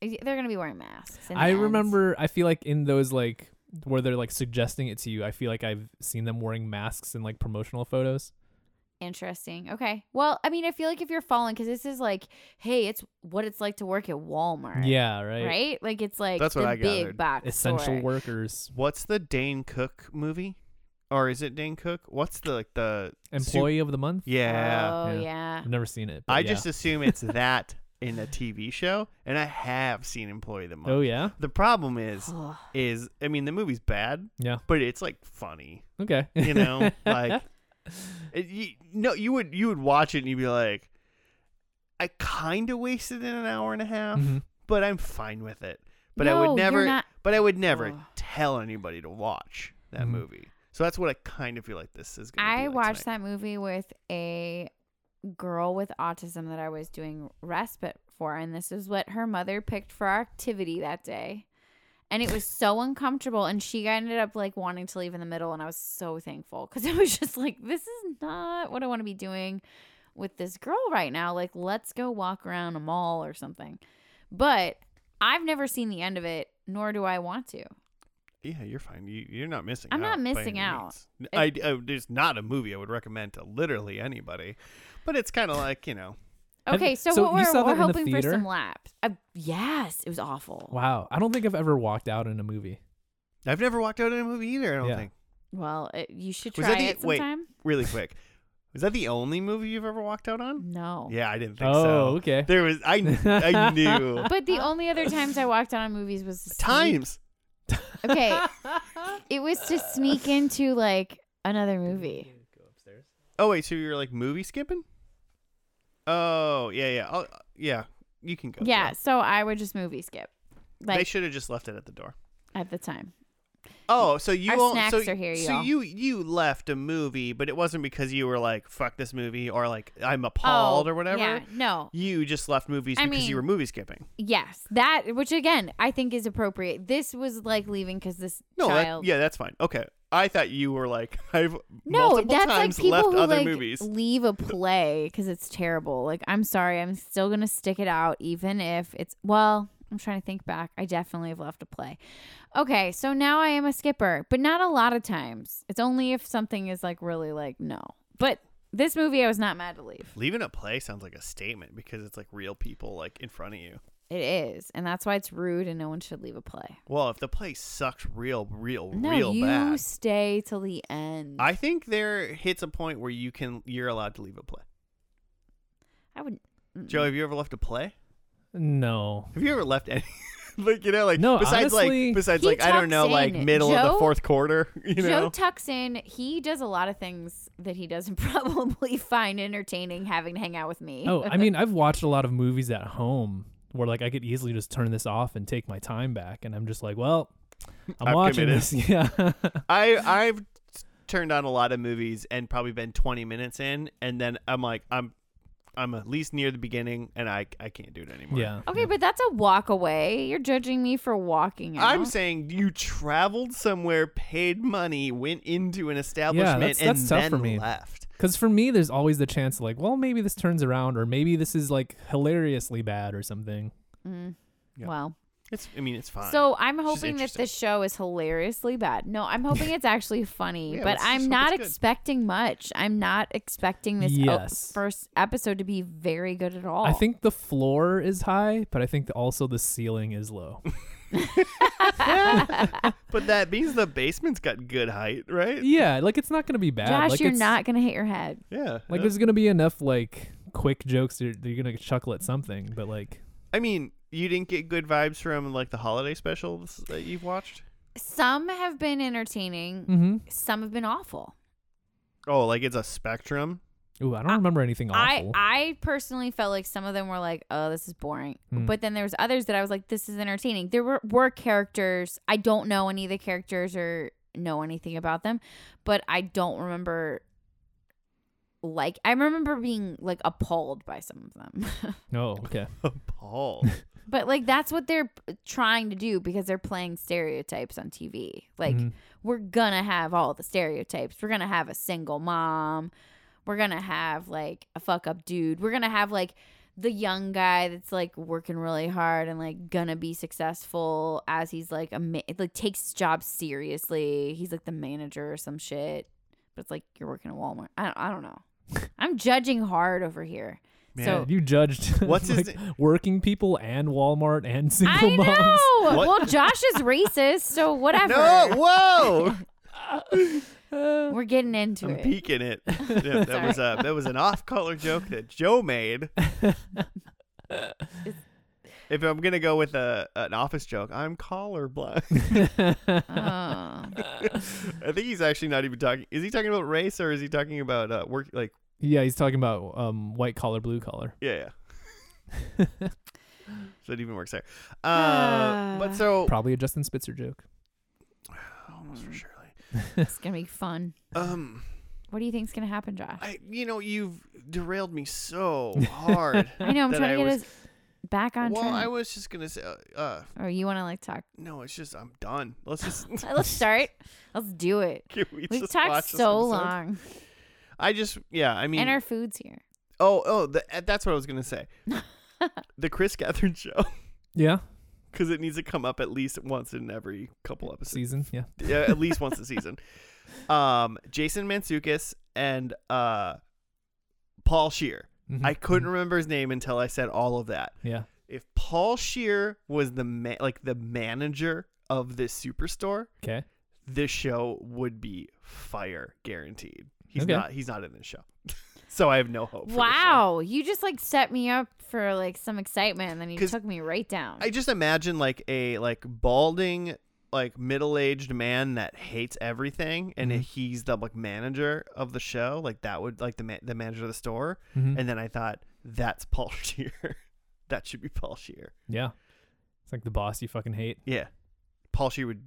[SPEAKER 3] They're gonna be wearing masks. in
[SPEAKER 2] I
[SPEAKER 3] the end.
[SPEAKER 2] remember. I feel like in those like where they're like suggesting it to you, I feel like I've seen them wearing masks in like promotional photos.
[SPEAKER 3] Interesting. Okay. Well, I mean, I feel like if you're following, because this is like, hey, it's what it's like to work at Walmart.
[SPEAKER 2] Yeah, right.
[SPEAKER 3] Right. Like it's like
[SPEAKER 1] That's what
[SPEAKER 3] the
[SPEAKER 1] I gathered.
[SPEAKER 3] big box
[SPEAKER 2] Essential
[SPEAKER 3] store.
[SPEAKER 2] workers,
[SPEAKER 1] What's the Dane Cook movie? Or is it Dane Cook? What's the like the
[SPEAKER 2] employee of the month.
[SPEAKER 1] Yeah.
[SPEAKER 3] Oh
[SPEAKER 2] Yeah.
[SPEAKER 3] yeah.
[SPEAKER 2] I've never seen it. but
[SPEAKER 1] I
[SPEAKER 2] yeah.
[SPEAKER 1] just assume it's that in a TV show, and I have seen Employee of the Month.
[SPEAKER 2] Oh yeah.
[SPEAKER 1] The problem is,
[SPEAKER 3] Ugh.
[SPEAKER 1] is I mean, the movie's bad,
[SPEAKER 2] Yeah.
[SPEAKER 1] but it's like funny,
[SPEAKER 2] Okay.
[SPEAKER 1] you know, like it, you, no, you would you would watch it and you'd be like, I kind of wasted an hour and a half,
[SPEAKER 2] Mhm.
[SPEAKER 1] but I'm fine with it. But I
[SPEAKER 3] No,
[SPEAKER 1] would
[SPEAKER 3] you're
[SPEAKER 1] never,
[SPEAKER 3] not-
[SPEAKER 1] but I would never
[SPEAKER 3] Ugh.
[SPEAKER 1] tell anybody to watch that
[SPEAKER 2] Mhm.
[SPEAKER 1] movie. So that's what I kind of feel like this is. Gonna
[SPEAKER 3] I
[SPEAKER 1] be like
[SPEAKER 3] watched
[SPEAKER 1] tonight.
[SPEAKER 3] that movie with a girl with autism that I was doing respite for, and this is what her mother picked for our activity that day. And it was so uncomfortable, and she ended up like wanting to leave in the middle, and I was so thankful because it was just like, this is not what I want to be doing with this girl right now. Like, let's go walk around a mall or something. But I've never seen the end of it, nor do I want to.
[SPEAKER 1] Yeah, you're fine. You, you're not missing.
[SPEAKER 3] I'm
[SPEAKER 1] out
[SPEAKER 3] not
[SPEAKER 1] by any
[SPEAKER 3] missing out.
[SPEAKER 1] means. I, I- there's not a movie I would recommend to literally anybody, but it's kind of like you know.
[SPEAKER 2] Have-
[SPEAKER 3] Okay, so,
[SPEAKER 2] so
[SPEAKER 3] what
[SPEAKER 2] you
[SPEAKER 3] we're,
[SPEAKER 2] saw that
[SPEAKER 3] we're
[SPEAKER 2] in the
[SPEAKER 3] hoping for
[SPEAKER 2] theater?
[SPEAKER 3] some laps. Uh, yes, it was awful.
[SPEAKER 2] Wow. I don't think I've ever walked out in a movie.
[SPEAKER 1] I've never walked out in a movie either. I don't
[SPEAKER 2] Yeah.
[SPEAKER 1] think.
[SPEAKER 3] Well, it, you should
[SPEAKER 1] Was
[SPEAKER 3] try
[SPEAKER 1] that the-
[SPEAKER 3] it
[SPEAKER 1] wait.
[SPEAKER 3] sometime.
[SPEAKER 1] Really quick, was that the only movie you've ever walked out on?
[SPEAKER 3] No.
[SPEAKER 1] Yeah, I didn't think
[SPEAKER 2] Oh,
[SPEAKER 1] so.
[SPEAKER 2] okay.
[SPEAKER 1] There was I kn- I knew
[SPEAKER 3] But the only other times I walked out on movies was to sneak-
[SPEAKER 1] times.
[SPEAKER 3] Okay, it was to sneak into like another movie.
[SPEAKER 1] Oh wait, so you were like movie skipping? Oh yeah yeah I'll, yeah. You can go.
[SPEAKER 3] Yeah,
[SPEAKER 1] Joe.
[SPEAKER 3] so I would just movie skip,
[SPEAKER 1] they
[SPEAKER 3] like
[SPEAKER 1] should have just left it at the door.
[SPEAKER 3] at the time.
[SPEAKER 1] Oh, so you
[SPEAKER 3] Our
[SPEAKER 1] all
[SPEAKER 3] snacks
[SPEAKER 1] so,
[SPEAKER 3] are here,
[SPEAKER 1] so
[SPEAKER 3] y'all.
[SPEAKER 1] you you left a movie, but it wasn't because you were like fuck this movie or like I'm appalled
[SPEAKER 3] oh,
[SPEAKER 1] or whatever.
[SPEAKER 3] Yeah, no,
[SPEAKER 1] You just left movies
[SPEAKER 3] I
[SPEAKER 1] because you
[SPEAKER 3] mean-
[SPEAKER 1] were movie skipping.
[SPEAKER 3] yes, that which again I think is appropriate. This was like leaving because this
[SPEAKER 1] No, that-
[SPEAKER 3] child.
[SPEAKER 1] yeah, that's fine. Okay, I thought you were like I've
[SPEAKER 3] No,
[SPEAKER 1] multiple
[SPEAKER 3] that's like
[SPEAKER 1] times
[SPEAKER 3] people
[SPEAKER 1] left
[SPEAKER 3] who
[SPEAKER 1] other
[SPEAKER 3] like
[SPEAKER 1] movies.
[SPEAKER 3] leave a play because it's terrible. Like, I'm sorry, I'm still gonna stick it out, even if it's well. I'm trying to think back. I definitely have left a play. Okay, so now I am a skipper, but not a lot of times. It's only if something is like really like no. But This movie, I was not mad to leave.
[SPEAKER 1] Leaving a play sounds like a statement because it's like real people like in front of you.
[SPEAKER 3] It is, and that's why it's rude, and no one should leave a play.
[SPEAKER 1] Well, if the play sucks real, real,
[SPEAKER 3] No,
[SPEAKER 1] real
[SPEAKER 3] you
[SPEAKER 1] bad,
[SPEAKER 3] stay till the end.
[SPEAKER 1] I think there hits a point where you can you're allowed to leave a play.
[SPEAKER 3] I would. mm-mm.
[SPEAKER 1] Joe, have you ever left a play?
[SPEAKER 2] No.
[SPEAKER 1] Have you ever left any? like you know, like
[SPEAKER 2] No,
[SPEAKER 1] besides
[SPEAKER 2] honestly-
[SPEAKER 1] like besides
[SPEAKER 3] He
[SPEAKER 1] like I don't
[SPEAKER 3] tucks
[SPEAKER 1] know, like
[SPEAKER 3] in.
[SPEAKER 1] middle of the
[SPEAKER 3] Joe-
[SPEAKER 1] fourth quarter. You
[SPEAKER 3] Joe
[SPEAKER 1] know,
[SPEAKER 3] tucks in. He does a lot of things that he doesn't probably find entertaining having to hang out with me.
[SPEAKER 2] Oh, I mean, I've watched a lot of movies at home where like I could easily just turn this off and take my time back, and I'm just like, well, I'm
[SPEAKER 1] I've
[SPEAKER 2] watching
[SPEAKER 1] committed.
[SPEAKER 2] this. Yeah.
[SPEAKER 1] I I've turned on a lot of movies and probably been 20 minutes in, and then I'm like I'm I'm at least near the beginning, and I I can't do it anymore.
[SPEAKER 2] yeah.
[SPEAKER 3] okay, but that's a walk away. You're judging me for walking out.
[SPEAKER 1] I'm saying you traveled somewhere, paid money, went into an establishment,
[SPEAKER 2] that's-
[SPEAKER 1] and
[SPEAKER 2] that's tough
[SPEAKER 1] then
[SPEAKER 2] for me.
[SPEAKER 1] left.
[SPEAKER 2] Because for me, there's always the chance, like, well, maybe this turns around, or maybe this is like hilariously bad or something.
[SPEAKER 3] Mm.
[SPEAKER 1] Yeah.
[SPEAKER 3] Well,
[SPEAKER 1] It's I mean it's fine.
[SPEAKER 3] so I'm
[SPEAKER 1] It's just
[SPEAKER 3] hoping that
[SPEAKER 1] interesting.
[SPEAKER 3] this show is hilariously bad. No, I'm hoping it's actually funny,
[SPEAKER 1] Yeah,
[SPEAKER 3] but
[SPEAKER 1] let's just
[SPEAKER 3] I'm
[SPEAKER 1] hope
[SPEAKER 3] not
[SPEAKER 1] it's good.
[SPEAKER 3] expecting much. I'm not expecting this o-
[SPEAKER 2] Yes.
[SPEAKER 3] first episode to be very good at all.
[SPEAKER 2] I think the floor is high, but I think also the ceiling is low.
[SPEAKER 1] but that means the basement's got good height, right?
[SPEAKER 2] yeah, like it's not gonna be bad.
[SPEAKER 3] Josh,
[SPEAKER 2] like,
[SPEAKER 3] you're
[SPEAKER 2] it's-
[SPEAKER 3] not gonna hit your head.
[SPEAKER 1] Yeah.
[SPEAKER 2] Like,
[SPEAKER 1] yeah.
[SPEAKER 2] there's gonna be enough like quick jokes that you're, that you're gonna chuckle at something, but like,
[SPEAKER 1] I mean, you didn't get good vibes from like the holiday specials that you've watched.
[SPEAKER 3] Some have been entertaining.
[SPEAKER 2] mm-hmm.
[SPEAKER 3] Some have been awful.
[SPEAKER 1] Oh, like it's a spectrum.
[SPEAKER 2] ooh, I don't remember anything awful.
[SPEAKER 3] I I personally felt like some of them were like, oh, this is boring.
[SPEAKER 2] Hmm.
[SPEAKER 3] But then there was others that I was like, this is entertaining. There were, were characters I don't know any of the characters or know anything about them, but I don't remember. Like I remember being like appalled by some of them,
[SPEAKER 2] oh, okay.
[SPEAKER 1] Paul.
[SPEAKER 3] but like that's what they're p- trying to do because they're playing stereotypes on TV. Like
[SPEAKER 2] Mhm.
[SPEAKER 3] we're gonna have all the stereotypes. We're gonna have a single mom. We're gonna have like a fuck up dude. We're gonna have like the young guy that's like working really hard and like gonna be successful as he's like a ma- like takes his job seriously. He's like the manager or some shit. But it's like you're working at Walmart. I don't, I don't know. I'm judging hard over here. Oh.
[SPEAKER 1] Man.
[SPEAKER 2] you judged
[SPEAKER 1] What's his
[SPEAKER 2] like, working people and Walmart and single
[SPEAKER 3] I
[SPEAKER 2] moms.
[SPEAKER 3] know.
[SPEAKER 1] What?
[SPEAKER 3] Well, Josh is racist, so whatever.
[SPEAKER 1] no, whoa!
[SPEAKER 3] We're getting into
[SPEAKER 1] I'm
[SPEAKER 3] it.
[SPEAKER 1] peeking it. Yeah, that was a that was an off-color joke that Joe made. if I'm gonna go with a an office joke, I'm colorblind.
[SPEAKER 3] Oh.
[SPEAKER 1] I think he's actually not even talking. Is he talking about race or is he talking about uh, work? Like,
[SPEAKER 2] Yeah, he's talking about um, white collar, blue collar.
[SPEAKER 1] yeah, yeah. so it even works there. Uh,
[SPEAKER 3] Ah.
[SPEAKER 1] but so
[SPEAKER 2] Probably a Justin Spitzer joke.
[SPEAKER 1] almost for surely.
[SPEAKER 3] It's gonna be fun.
[SPEAKER 1] Um.
[SPEAKER 3] What do you think's gonna happen, Josh?
[SPEAKER 1] I, you know, you've derailed me so hard.
[SPEAKER 3] I know I'm
[SPEAKER 1] that
[SPEAKER 3] trying
[SPEAKER 1] I
[SPEAKER 3] to get
[SPEAKER 1] was-
[SPEAKER 3] us back on
[SPEAKER 1] Well,
[SPEAKER 3] track.
[SPEAKER 1] I was just gonna say, uh, uh,
[SPEAKER 3] or you want to like talk?
[SPEAKER 1] no, it's just I'm done. Let's just
[SPEAKER 3] Let's start. Let's do it.
[SPEAKER 1] can we
[SPEAKER 3] We've
[SPEAKER 1] just
[SPEAKER 3] talked
[SPEAKER 1] watch this
[SPEAKER 3] so
[SPEAKER 1] episode?
[SPEAKER 3] long,
[SPEAKER 1] I just, yeah, I mean,
[SPEAKER 3] and our food's here.
[SPEAKER 1] oh, oh, the, uh, that's what I was gonna say. the Chris Catherine show,
[SPEAKER 2] Yeah,
[SPEAKER 1] because it needs to come up at least once in every couple episodes,
[SPEAKER 2] season. Yeah.
[SPEAKER 1] yeah, at least once a season. Um, Jason Mansukis and uh, Paul Shear.
[SPEAKER 2] Mhm.
[SPEAKER 1] I couldn't remember his name until I said all of that.
[SPEAKER 2] Mm-hmm. Yeah.
[SPEAKER 1] if Paul Shear was the ma- like the manager of this superstore,
[SPEAKER 2] Okay.
[SPEAKER 1] this show would be fire guaranteed. He's
[SPEAKER 2] Okay.
[SPEAKER 1] not he's not in this show. so I have no hope. for this show.
[SPEAKER 3] Wow, you just like set me up for like some excitement, and then you
[SPEAKER 1] 'Cause
[SPEAKER 3] took me right down.
[SPEAKER 1] I just imagine like a like balding like middle-aged man that hates everything and
[SPEAKER 2] Mhm.
[SPEAKER 1] he's the like manager of the show, like that would like the ma- the manager of the store.
[SPEAKER 2] Mhm.
[SPEAKER 1] And then I thought that's Paul Shear. that should be Paul Shear.
[SPEAKER 2] yeah. It's like the boss you fucking hate.
[SPEAKER 1] Yeah. Paul Shear would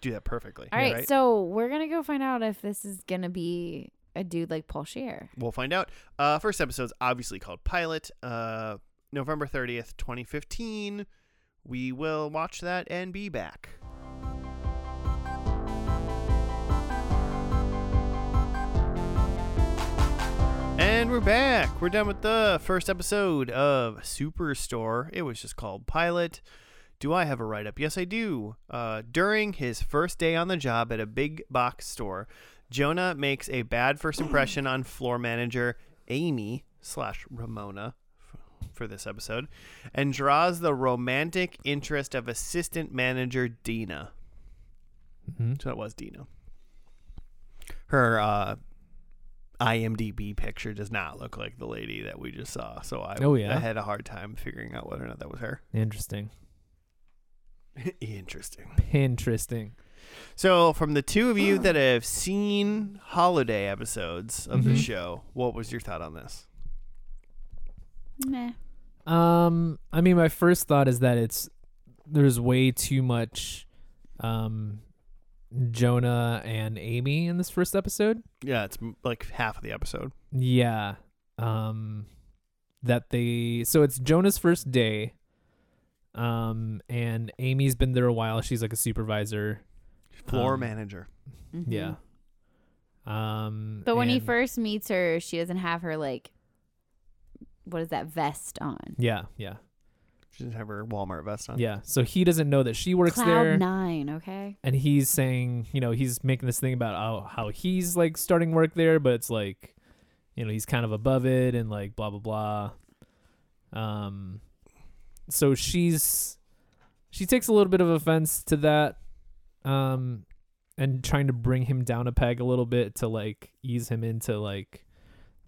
[SPEAKER 1] do that perfectly.
[SPEAKER 3] All right,
[SPEAKER 1] right?
[SPEAKER 3] so we're gonna go find out if this is gonna be a dude like Paul Shear.
[SPEAKER 1] We'll find out. Uh, first episode's obviously called Pilot. Uh, November 30th, 2015. We will watch that and be back. And we're back. We're done with the first episode of Superstore. It was just called Pilot. Do I have a write up? Yes, I do. Uh, during his first day on the job at a big box store, Jonah makes a bad first impression on floor manager Amy slash Ramona f- for this episode, and draws the romantic interest of assistant manager Dina.
[SPEAKER 2] hmm
[SPEAKER 1] So that was Dina. Her uh, IMDb picture does not look like the lady that we just saw, so I,
[SPEAKER 2] Oh, yeah?
[SPEAKER 1] I had a hard time figuring out whether or not that was her.
[SPEAKER 2] Interesting.
[SPEAKER 1] Interesting.
[SPEAKER 2] Interesting.
[SPEAKER 1] So, from the two of you that have seen holiday episodes of the
[SPEAKER 2] Mhm.
[SPEAKER 1] show, what was your thought on this?
[SPEAKER 3] Meh.
[SPEAKER 2] Um, I mean, my first thought is that it's there's way too much, um, Jonah and Amy in this first episode.
[SPEAKER 1] Yeah, it's m- like half of the episode.
[SPEAKER 2] Yeah. Um, that they so it's Jonah's first day. Um, and Amy's been there a while. She's like a supervisor.
[SPEAKER 1] Floor
[SPEAKER 2] Um,
[SPEAKER 1] manager.
[SPEAKER 3] Mm-hmm.
[SPEAKER 2] Yeah. Um,
[SPEAKER 3] But when he
[SPEAKER 2] and-
[SPEAKER 3] first meets her, she doesn't have her like what is that vest on?
[SPEAKER 2] yeah, yeah,
[SPEAKER 1] She didn't have her Walmart vest on.
[SPEAKER 2] yeah. So he doesn't know that she works
[SPEAKER 3] Cloud
[SPEAKER 2] there.
[SPEAKER 3] nine, okay?
[SPEAKER 2] and he's saying, you know, he's making this thing about how, how he's like starting work there, but it's like, you know, he's kind of above it and like blah blah blah. Um, so she's she takes a little bit of offense to that, um, and trying to bring him down a peg a little bit to like ease him into like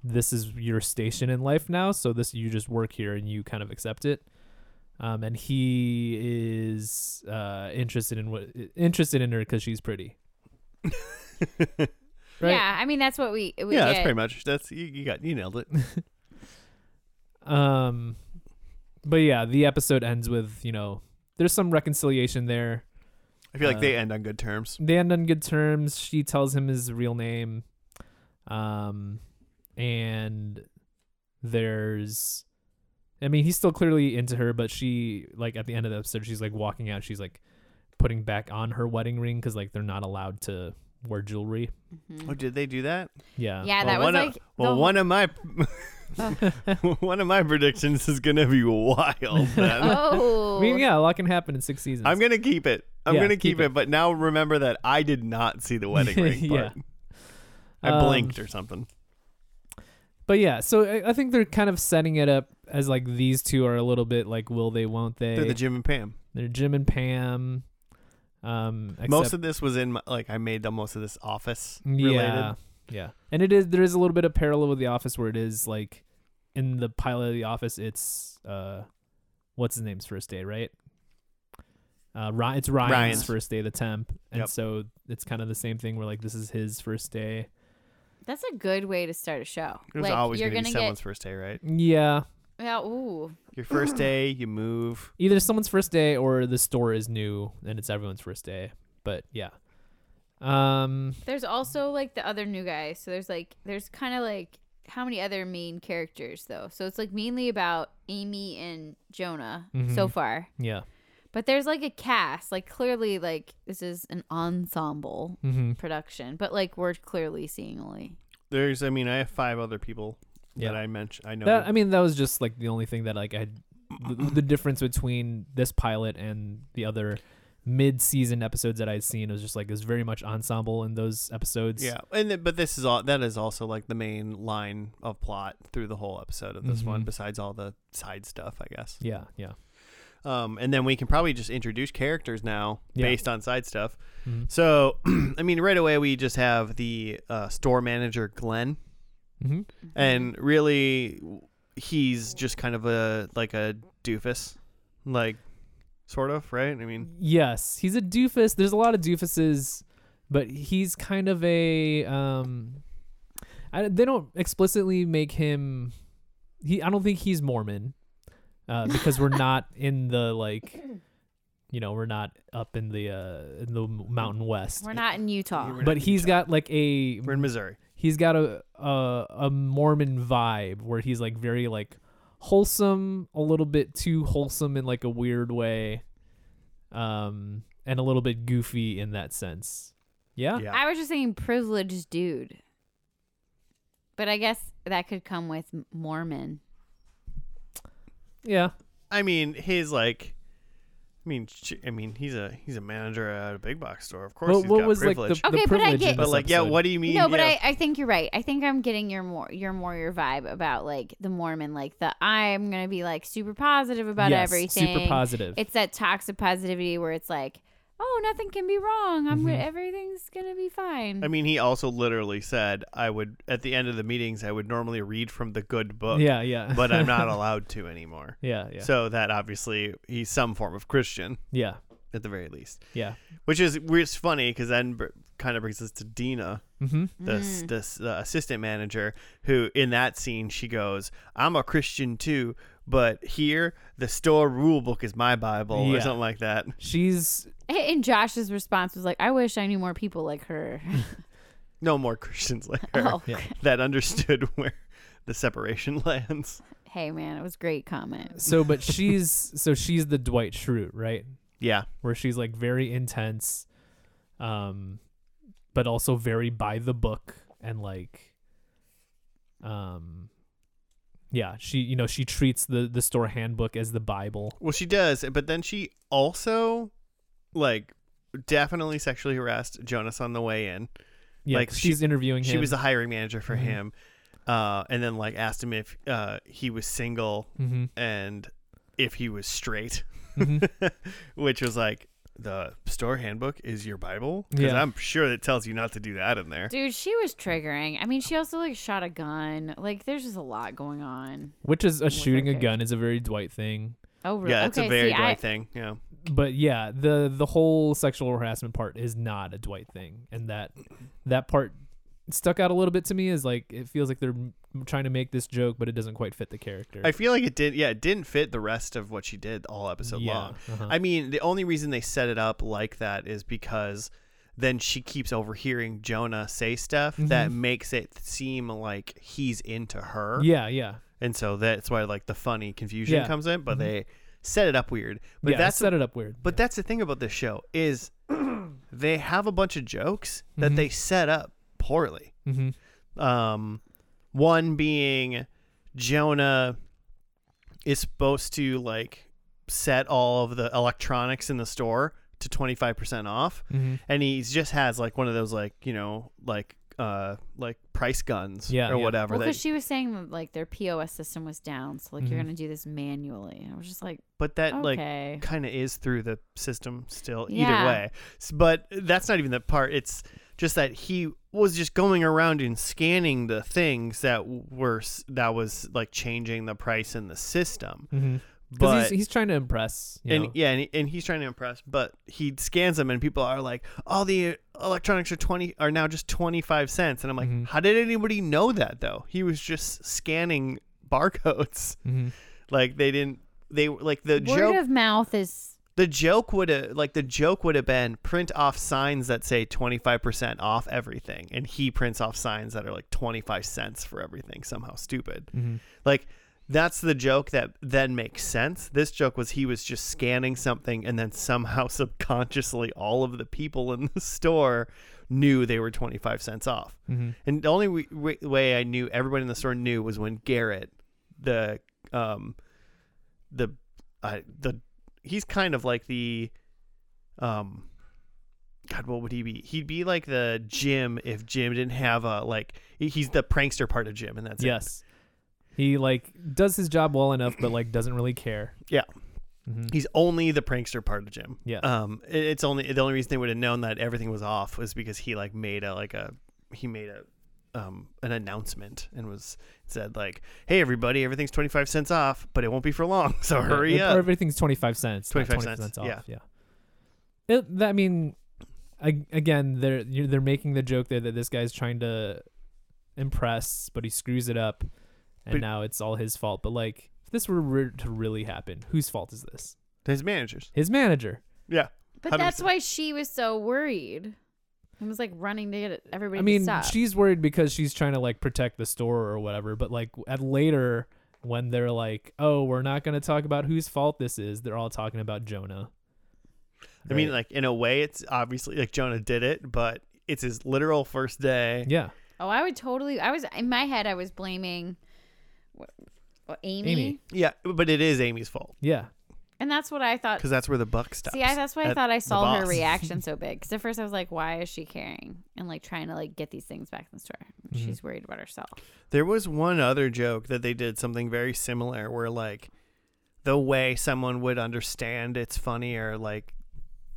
[SPEAKER 2] this is your station in life now, so this you just work here and you kind of accept it um, and he is uh, interested in what interested in her because she's pretty. Right.
[SPEAKER 3] Yeah, I mean that's what we, we
[SPEAKER 1] Yeah, that's
[SPEAKER 3] get.
[SPEAKER 1] pretty much. That's you, you got you nailed it.
[SPEAKER 2] Um, but yeah, the episode ends with you know there's some reconciliation there.
[SPEAKER 1] I feel like
[SPEAKER 2] Uh,
[SPEAKER 1] they end on good terms.
[SPEAKER 2] They end on good terms. She tells him his real name, um, and there's. I mean, he's still clearly into her, but she like at the end of the episode, she's like walking out. She's like putting back on her wedding ring because like they're not allowed to wear jewelry.
[SPEAKER 3] Mhm.
[SPEAKER 1] Oh, did they do that?
[SPEAKER 2] Yeah.
[SPEAKER 3] Yeah,
[SPEAKER 1] well,
[SPEAKER 3] that was
[SPEAKER 1] one
[SPEAKER 3] like
[SPEAKER 1] Of, well,
[SPEAKER 3] the-
[SPEAKER 1] one of my one of my predictions is gonna be wild. Then.
[SPEAKER 3] Oh.
[SPEAKER 2] I mean, yeah, a lot can happen in six seasons.
[SPEAKER 1] I'm gonna keep it. I'm
[SPEAKER 2] Yeah,
[SPEAKER 1] gonna
[SPEAKER 2] keep
[SPEAKER 1] keep, it. But now remember that I did not see the wedding ring
[SPEAKER 2] Yeah.
[SPEAKER 1] part. I
[SPEAKER 2] Um,
[SPEAKER 1] blinked or something.
[SPEAKER 2] but yeah, so I, I think they're kind of setting it up as like these two are a little bit like will they, won't they?
[SPEAKER 1] They're the Jim and Pam.
[SPEAKER 2] They're Jim and Pam. Um,
[SPEAKER 1] most
[SPEAKER 2] except-
[SPEAKER 1] of this was in my, like I made the most of this office related.
[SPEAKER 2] yeah, yeah, and it is there is a little bit of parallel with The Office where it is like in the pilot of The Office, it's uh, what's his name's first day, right? Uh, Ryan, it's Ryan's,
[SPEAKER 1] Ryan's.
[SPEAKER 2] first day, the temp, and
[SPEAKER 1] Yep.
[SPEAKER 2] so it's kind of the same thing where like this is his first day.
[SPEAKER 3] That's a good way to start a show.
[SPEAKER 1] It was
[SPEAKER 3] like
[SPEAKER 1] always
[SPEAKER 3] you're
[SPEAKER 1] gonna,
[SPEAKER 3] going
[SPEAKER 1] be
[SPEAKER 3] to
[SPEAKER 1] someone's
[SPEAKER 3] get
[SPEAKER 1] first day, right?
[SPEAKER 2] Yeah,
[SPEAKER 3] yeah, ooh.
[SPEAKER 1] Your first day, you move.
[SPEAKER 2] either someone's first day or the store is new and it's everyone's first day. But yeah. Um
[SPEAKER 3] There's also like the other new guys. So there's like there's kind of like how many other main characters though. So it's like mainly about Amy and Jonah
[SPEAKER 1] Mm-hmm.
[SPEAKER 3] so
[SPEAKER 2] Mhm.
[SPEAKER 3] far.
[SPEAKER 2] yeah.
[SPEAKER 3] But there's like a cast. Like clearly like this is an ensemble
[SPEAKER 2] Mhm.
[SPEAKER 3] production, but like we're clearly seeing only.
[SPEAKER 1] There's, I mean, I have five other people
[SPEAKER 2] Yeah.
[SPEAKER 1] that I mentioned. I know.
[SPEAKER 2] That I mean that was just like the only thing that like I the, the difference between this pilot and the other mid-season episodes that I'd seen was just like it was very much ensemble in those episodes.
[SPEAKER 1] yeah, and th- but this is all that is also like the main line of plot through the whole episode of this one.
[SPEAKER 2] Mhm.
[SPEAKER 1] Besides all the side stuff, I guess.
[SPEAKER 2] Yeah, yeah.
[SPEAKER 1] Um, and then we can probably just introduce characters now
[SPEAKER 2] Yeah.
[SPEAKER 1] based on side stuff.
[SPEAKER 2] Mhm.
[SPEAKER 1] So, I mean, right away we just have the uh, store manager Glenn,
[SPEAKER 2] Mhm.
[SPEAKER 1] Mm-hmm. and really he's just kind of a like a doofus, like sort of right. I mean,
[SPEAKER 2] Yes, he's a doofus. There's a lot of doofuses, but he's kind of a um. I, they don't explicitly make him. He I don't think he's Mormon, uh, because we're not in the like, you know, we're not up in the uh in the Mountain West.
[SPEAKER 3] We're not in Utah.
[SPEAKER 1] We're not
[SPEAKER 2] But
[SPEAKER 1] in
[SPEAKER 2] he's
[SPEAKER 1] Utah.
[SPEAKER 2] got like a
[SPEAKER 1] we're in Missouri.
[SPEAKER 2] he's got a, a a Mormon vibe where he's like very like wholesome, a little bit too wholesome in like a weird way, um, and a little bit goofy in that sense. Yeah,
[SPEAKER 1] Yeah.
[SPEAKER 3] I was just saying privileged dude. But I guess that could come with Mormon.
[SPEAKER 2] yeah,
[SPEAKER 1] I mean, his like I mean, sh- I mean, he's a he's a manager at a big box store. Of course,
[SPEAKER 2] What,
[SPEAKER 1] he's
[SPEAKER 2] what
[SPEAKER 1] got
[SPEAKER 2] was
[SPEAKER 1] privilege.
[SPEAKER 2] like the, the
[SPEAKER 3] Okay, but I
[SPEAKER 2] privilege?
[SPEAKER 3] get-
[SPEAKER 2] in
[SPEAKER 1] but
[SPEAKER 2] this
[SPEAKER 1] like, yeah,
[SPEAKER 2] episode?
[SPEAKER 1] what do you mean?
[SPEAKER 3] no, but
[SPEAKER 1] yeah.
[SPEAKER 3] I, I think you're right. I think I'm getting your more your more your vibe about like the Mormon, like the I'm gonna be like super positive about
[SPEAKER 2] Yes,
[SPEAKER 3] everything.
[SPEAKER 2] Super positive.
[SPEAKER 3] It's that toxic positivity where it's like, oh, nothing can be wrong. I'm
[SPEAKER 2] Mm-hmm.
[SPEAKER 3] gonna, everything's gonna be fine.
[SPEAKER 1] I mean, he also literally said, "I would at the end of the meetings, I would normally read from the good book,
[SPEAKER 2] yeah, yeah.
[SPEAKER 1] but I'm not allowed to anymore."
[SPEAKER 2] yeah, yeah,
[SPEAKER 1] So that obviously he's some form of Christian
[SPEAKER 2] yeah,
[SPEAKER 1] at the very least,
[SPEAKER 2] yeah.
[SPEAKER 1] which is which is funny because then br- kind of brings us to Dina,
[SPEAKER 2] Mm-hmm.
[SPEAKER 1] the s the s- the assistant manager, who in that scene she goes, "I'm a Christian too." But here, the store rule book is my Bible, or
[SPEAKER 2] Yeah.
[SPEAKER 1] something like that.
[SPEAKER 2] She's
[SPEAKER 3] and Josh's response was like, I wish I knew more people like her.
[SPEAKER 1] No more Christians like her.
[SPEAKER 3] oh,
[SPEAKER 2] Yeah.
[SPEAKER 1] that understood where the separation lands.
[SPEAKER 3] hey man, it was great comment.
[SPEAKER 2] so, but she's so she's the Dwight Schrute, right?
[SPEAKER 1] Yeah.
[SPEAKER 2] Where she's like very intense, um, but also very by the book and like, um, yeah. She you know she treats the the store handbook as the Bible.
[SPEAKER 1] Well, she does, but then she also, like, definitely sexually harassed Jonas on the way in.
[SPEAKER 2] Yeah,
[SPEAKER 1] Like,
[SPEAKER 2] 'cause
[SPEAKER 1] she-
[SPEAKER 2] she's interviewing him.
[SPEAKER 1] She was the hiring manager for
[SPEAKER 2] Mhm.
[SPEAKER 1] him, uh, and then like asked him if uh, he was single
[SPEAKER 2] hmm
[SPEAKER 1] and if he was straight,
[SPEAKER 2] hmm
[SPEAKER 1] which was like the store handbook is your Bible. Because
[SPEAKER 2] Yeah.
[SPEAKER 1] I'm sure it tells you not to do that in there.
[SPEAKER 3] Dude, she was triggering. I mean, she also like shot a gun. Like, there's just a lot going on.
[SPEAKER 2] Which is a
[SPEAKER 3] her
[SPEAKER 2] shooting a
[SPEAKER 3] face.
[SPEAKER 2] gun is a very Dwight thing.
[SPEAKER 3] Oh, really?
[SPEAKER 1] Yeah,
[SPEAKER 3] okay,
[SPEAKER 1] it's a very
[SPEAKER 3] see,
[SPEAKER 1] Dwight
[SPEAKER 3] I,
[SPEAKER 1] thing. Yeah.
[SPEAKER 2] but yeah, the the whole sexual harassment part is not a Dwight thing, and that that part stuck out a little bit to me. Is like it feels like they're m- trying to make this joke, but it doesn't quite fit the character.
[SPEAKER 1] I feel like it did. Yeah, it didn't fit the rest of what she did all episode
[SPEAKER 2] Yeah,
[SPEAKER 1] long.
[SPEAKER 2] uh-huh.
[SPEAKER 1] I mean, the only reason they set it up like that is because then she keeps overhearing Jonah say stuff that makes it seem like he's into her,
[SPEAKER 2] Mm-hmm. yeah, yeah,
[SPEAKER 1] and so that's why like the funny confusion
[SPEAKER 2] Yeah. Mm-hmm.
[SPEAKER 1] comes in. But they set it up weird. But
[SPEAKER 2] yeah.
[SPEAKER 1] that's
[SPEAKER 2] set it up weird.
[SPEAKER 1] but
[SPEAKER 2] yeah.
[SPEAKER 1] that's the thing about this show is they have a bunch of jokes that
[SPEAKER 2] Mhm.
[SPEAKER 1] they set up poorly
[SPEAKER 2] hmm
[SPEAKER 1] um, one being Jonah is supposed to like set all of the electronics in the store to 25% off
[SPEAKER 2] hmm
[SPEAKER 1] and he just has like one of those like you know like uh like price guns
[SPEAKER 2] Yeah,
[SPEAKER 1] or
[SPEAKER 2] yeah.
[SPEAKER 1] whatever
[SPEAKER 3] Well,
[SPEAKER 1] that,
[SPEAKER 3] because she was saying that like their POS system was down, so like you're
[SPEAKER 2] Mhm.
[SPEAKER 3] gonna do this manually. And I was just like,
[SPEAKER 1] but that Mm-hmm. like
[SPEAKER 3] okay,
[SPEAKER 1] kind of is through the system still either
[SPEAKER 3] Yeah.
[SPEAKER 1] way S- but that's not even the part it's just that he was just going around and scanning the things that w- were s- that was like changing the price in the system
[SPEAKER 2] hmm
[SPEAKER 1] but
[SPEAKER 2] he's, he's trying to impress. You
[SPEAKER 1] and
[SPEAKER 2] know?
[SPEAKER 1] yeah and, he- and he's trying to impress but he scans them and people are like all the electronics are 20 are now just 25 cents and i'm like
[SPEAKER 2] Mhm.
[SPEAKER 1] how did anybody know that though he was just scanning barcodes
[SPEAKER 2] hmm
[SPEAKER 1] like they didn't they like the
[SPEAKER 3] word
[SPEAKER 1] joke
[SPEAKER 3] of mouth is
[SPEAKER 1] the joke would have like the joke would have been print off signs that say 25% off everything and he prints off signs that are like 25 cents for everything somehow stupid
[SPEAKER 2] hmm
[SPEAKER 1] like that's the joke that then makes sense this joke was he was just scanning something and then somehow subconsciously all of the people in the store knew they were 25 cents off
[SPEAKER 2] hmm
[SPEAKER 1] and the only w- w- way I knew everybody in the store knew was when Garrett, the um, the uh, the he's kind of like the um, God, what would he be? He'd be like the Jim if Jim didn't have a like. he- He's the prankster part of Jim, and that's it.
[SPEAKER 2] Yes, he like does his job well enough, but like doesn't really care.
[SPEAKER 1] Yeah.
[SPEAKER 2] hmm
[SPEAKER 1] He's only the prankster part of Jim.
[SPEAKER 2] Yeah.
[SPEAKER 1] Um, it- it's only the only reason they would have known that everything was off was because he like made a like a he made a um an announcement and was said like, "Hey everybody, everything's 25 cents off, but it won't be for long. So
[SPEAKER 2] Yeah,
[SPEAKER 1] hurry
[SPEAKER 2] if-
[SPEAKER 1] up."
[SPEAKER 2] Or everything's 25 cents. 25
[SPEAKER 1] 25 cents,
[SPEAKER 2] off.
[SPEAKER 1] yeah.
[SPEAKER 2] Yeah. It, that, I mean, I, again, they're you're, they're making the joke there that this guy's trying to impress, but he screws it up, and
[SPEAKER 1] But-
[SPEAKER 2] now it's all his fault. But like, if this were re- to really happen, whose fault is this?
[SPEAKER 1] His managers.
[SPEAKER 2] His manager.
[SPEAKER 1] Yeah.
[SPEAKER 3] but
[SPEAKER 1] 100%.
[SPEAKER 3] that's why she was so worried. It was like running to get everybody.
[SPEAKER 2] I mean,
[SPEAKER 3] to stop.
[SPEAKER 2] she's worried because she's trying to like protect the store or whatever. But like at later when they're like, oh, we're not gonna talk about whose fault this is. They're all talking about Jonah.
[SPEAKER 1] I mean,
[SPEAKER 2] Right.
[SPEAKER 1] like in a way, it's obviously like Jonah did it, but it's his literal first day.
[SPEAKER 2] yeah,
[SPEAKER 3] Oh, I would totally. I was in my head. I was blaming what, what, Amy.
[SPEAKER 2] Amy.
[SPEAKER 1] Yeah, but it is Amy's fault.
[SPEAKER 2] yeah.
[SPEAKER 3] And that's what I thought.
[SPEAKER 1] because that's where the buck stops.
[SPEAKER 3] See, I, that's why I
[SPEAKER 1] at
[SPEAKER 3] thought I
[SPEAKER 1] the
[SPEAKER 3] saw her
[SPEAKER 1] boss.
[SPEAKER 3] reaction so big. Because at first I was like, "Why is she caring?" And like trying to like get these things back in the store. And
[SPEAKER 1] Mm-hmm.
[SPEAKER 2] Mhm.
[SPEAKER 3] She's worried about herself.
[SPEAKER 1] There was one other joke that they did something very similar where like the way someone would understand it's funny or like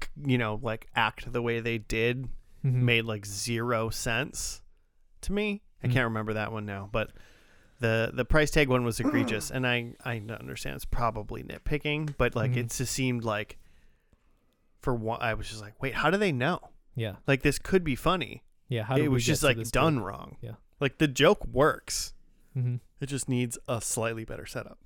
[SPEAKER 1] c- you know like act the way they did
[SPEAKER 2] Mhm.
[SPEAKER 1] made like zero sense to me. I
[SPEAKER 2] Mm.
[SPEAKER 1] can't remember that one now, but the the price tag one was egregious and I I understand it's probably nitpicking, but like
[SPEAKER 2] Mhm.
[SPEAKER 1] it just seemed like for one I was just like, "Wait, how do they know?"
[SPEAKER 2] Yeah.
[SPEAKER 1] Like this could be funny.
[SPEAKER 2] Yeah. How
[SPEAKER 1] It
[SPEAKER 2] did we
[SPEAKER 1] was
[SPEAKER 2] get
[SPEAKER 1] just
[SPEAKER 2] to
[SPEAKER 1] like
[SPEAKER 2] this
[SPEAKER 1] done
[SPEAKER 2] point?
[SPEAKER 1] wrong.
[SPEAKER 2] Yeah.
[SPEAKER 1] Like the joke works.
[SPEAKER 2] Mhm.
[SPEAKER 1] It just needs a slightly better setup.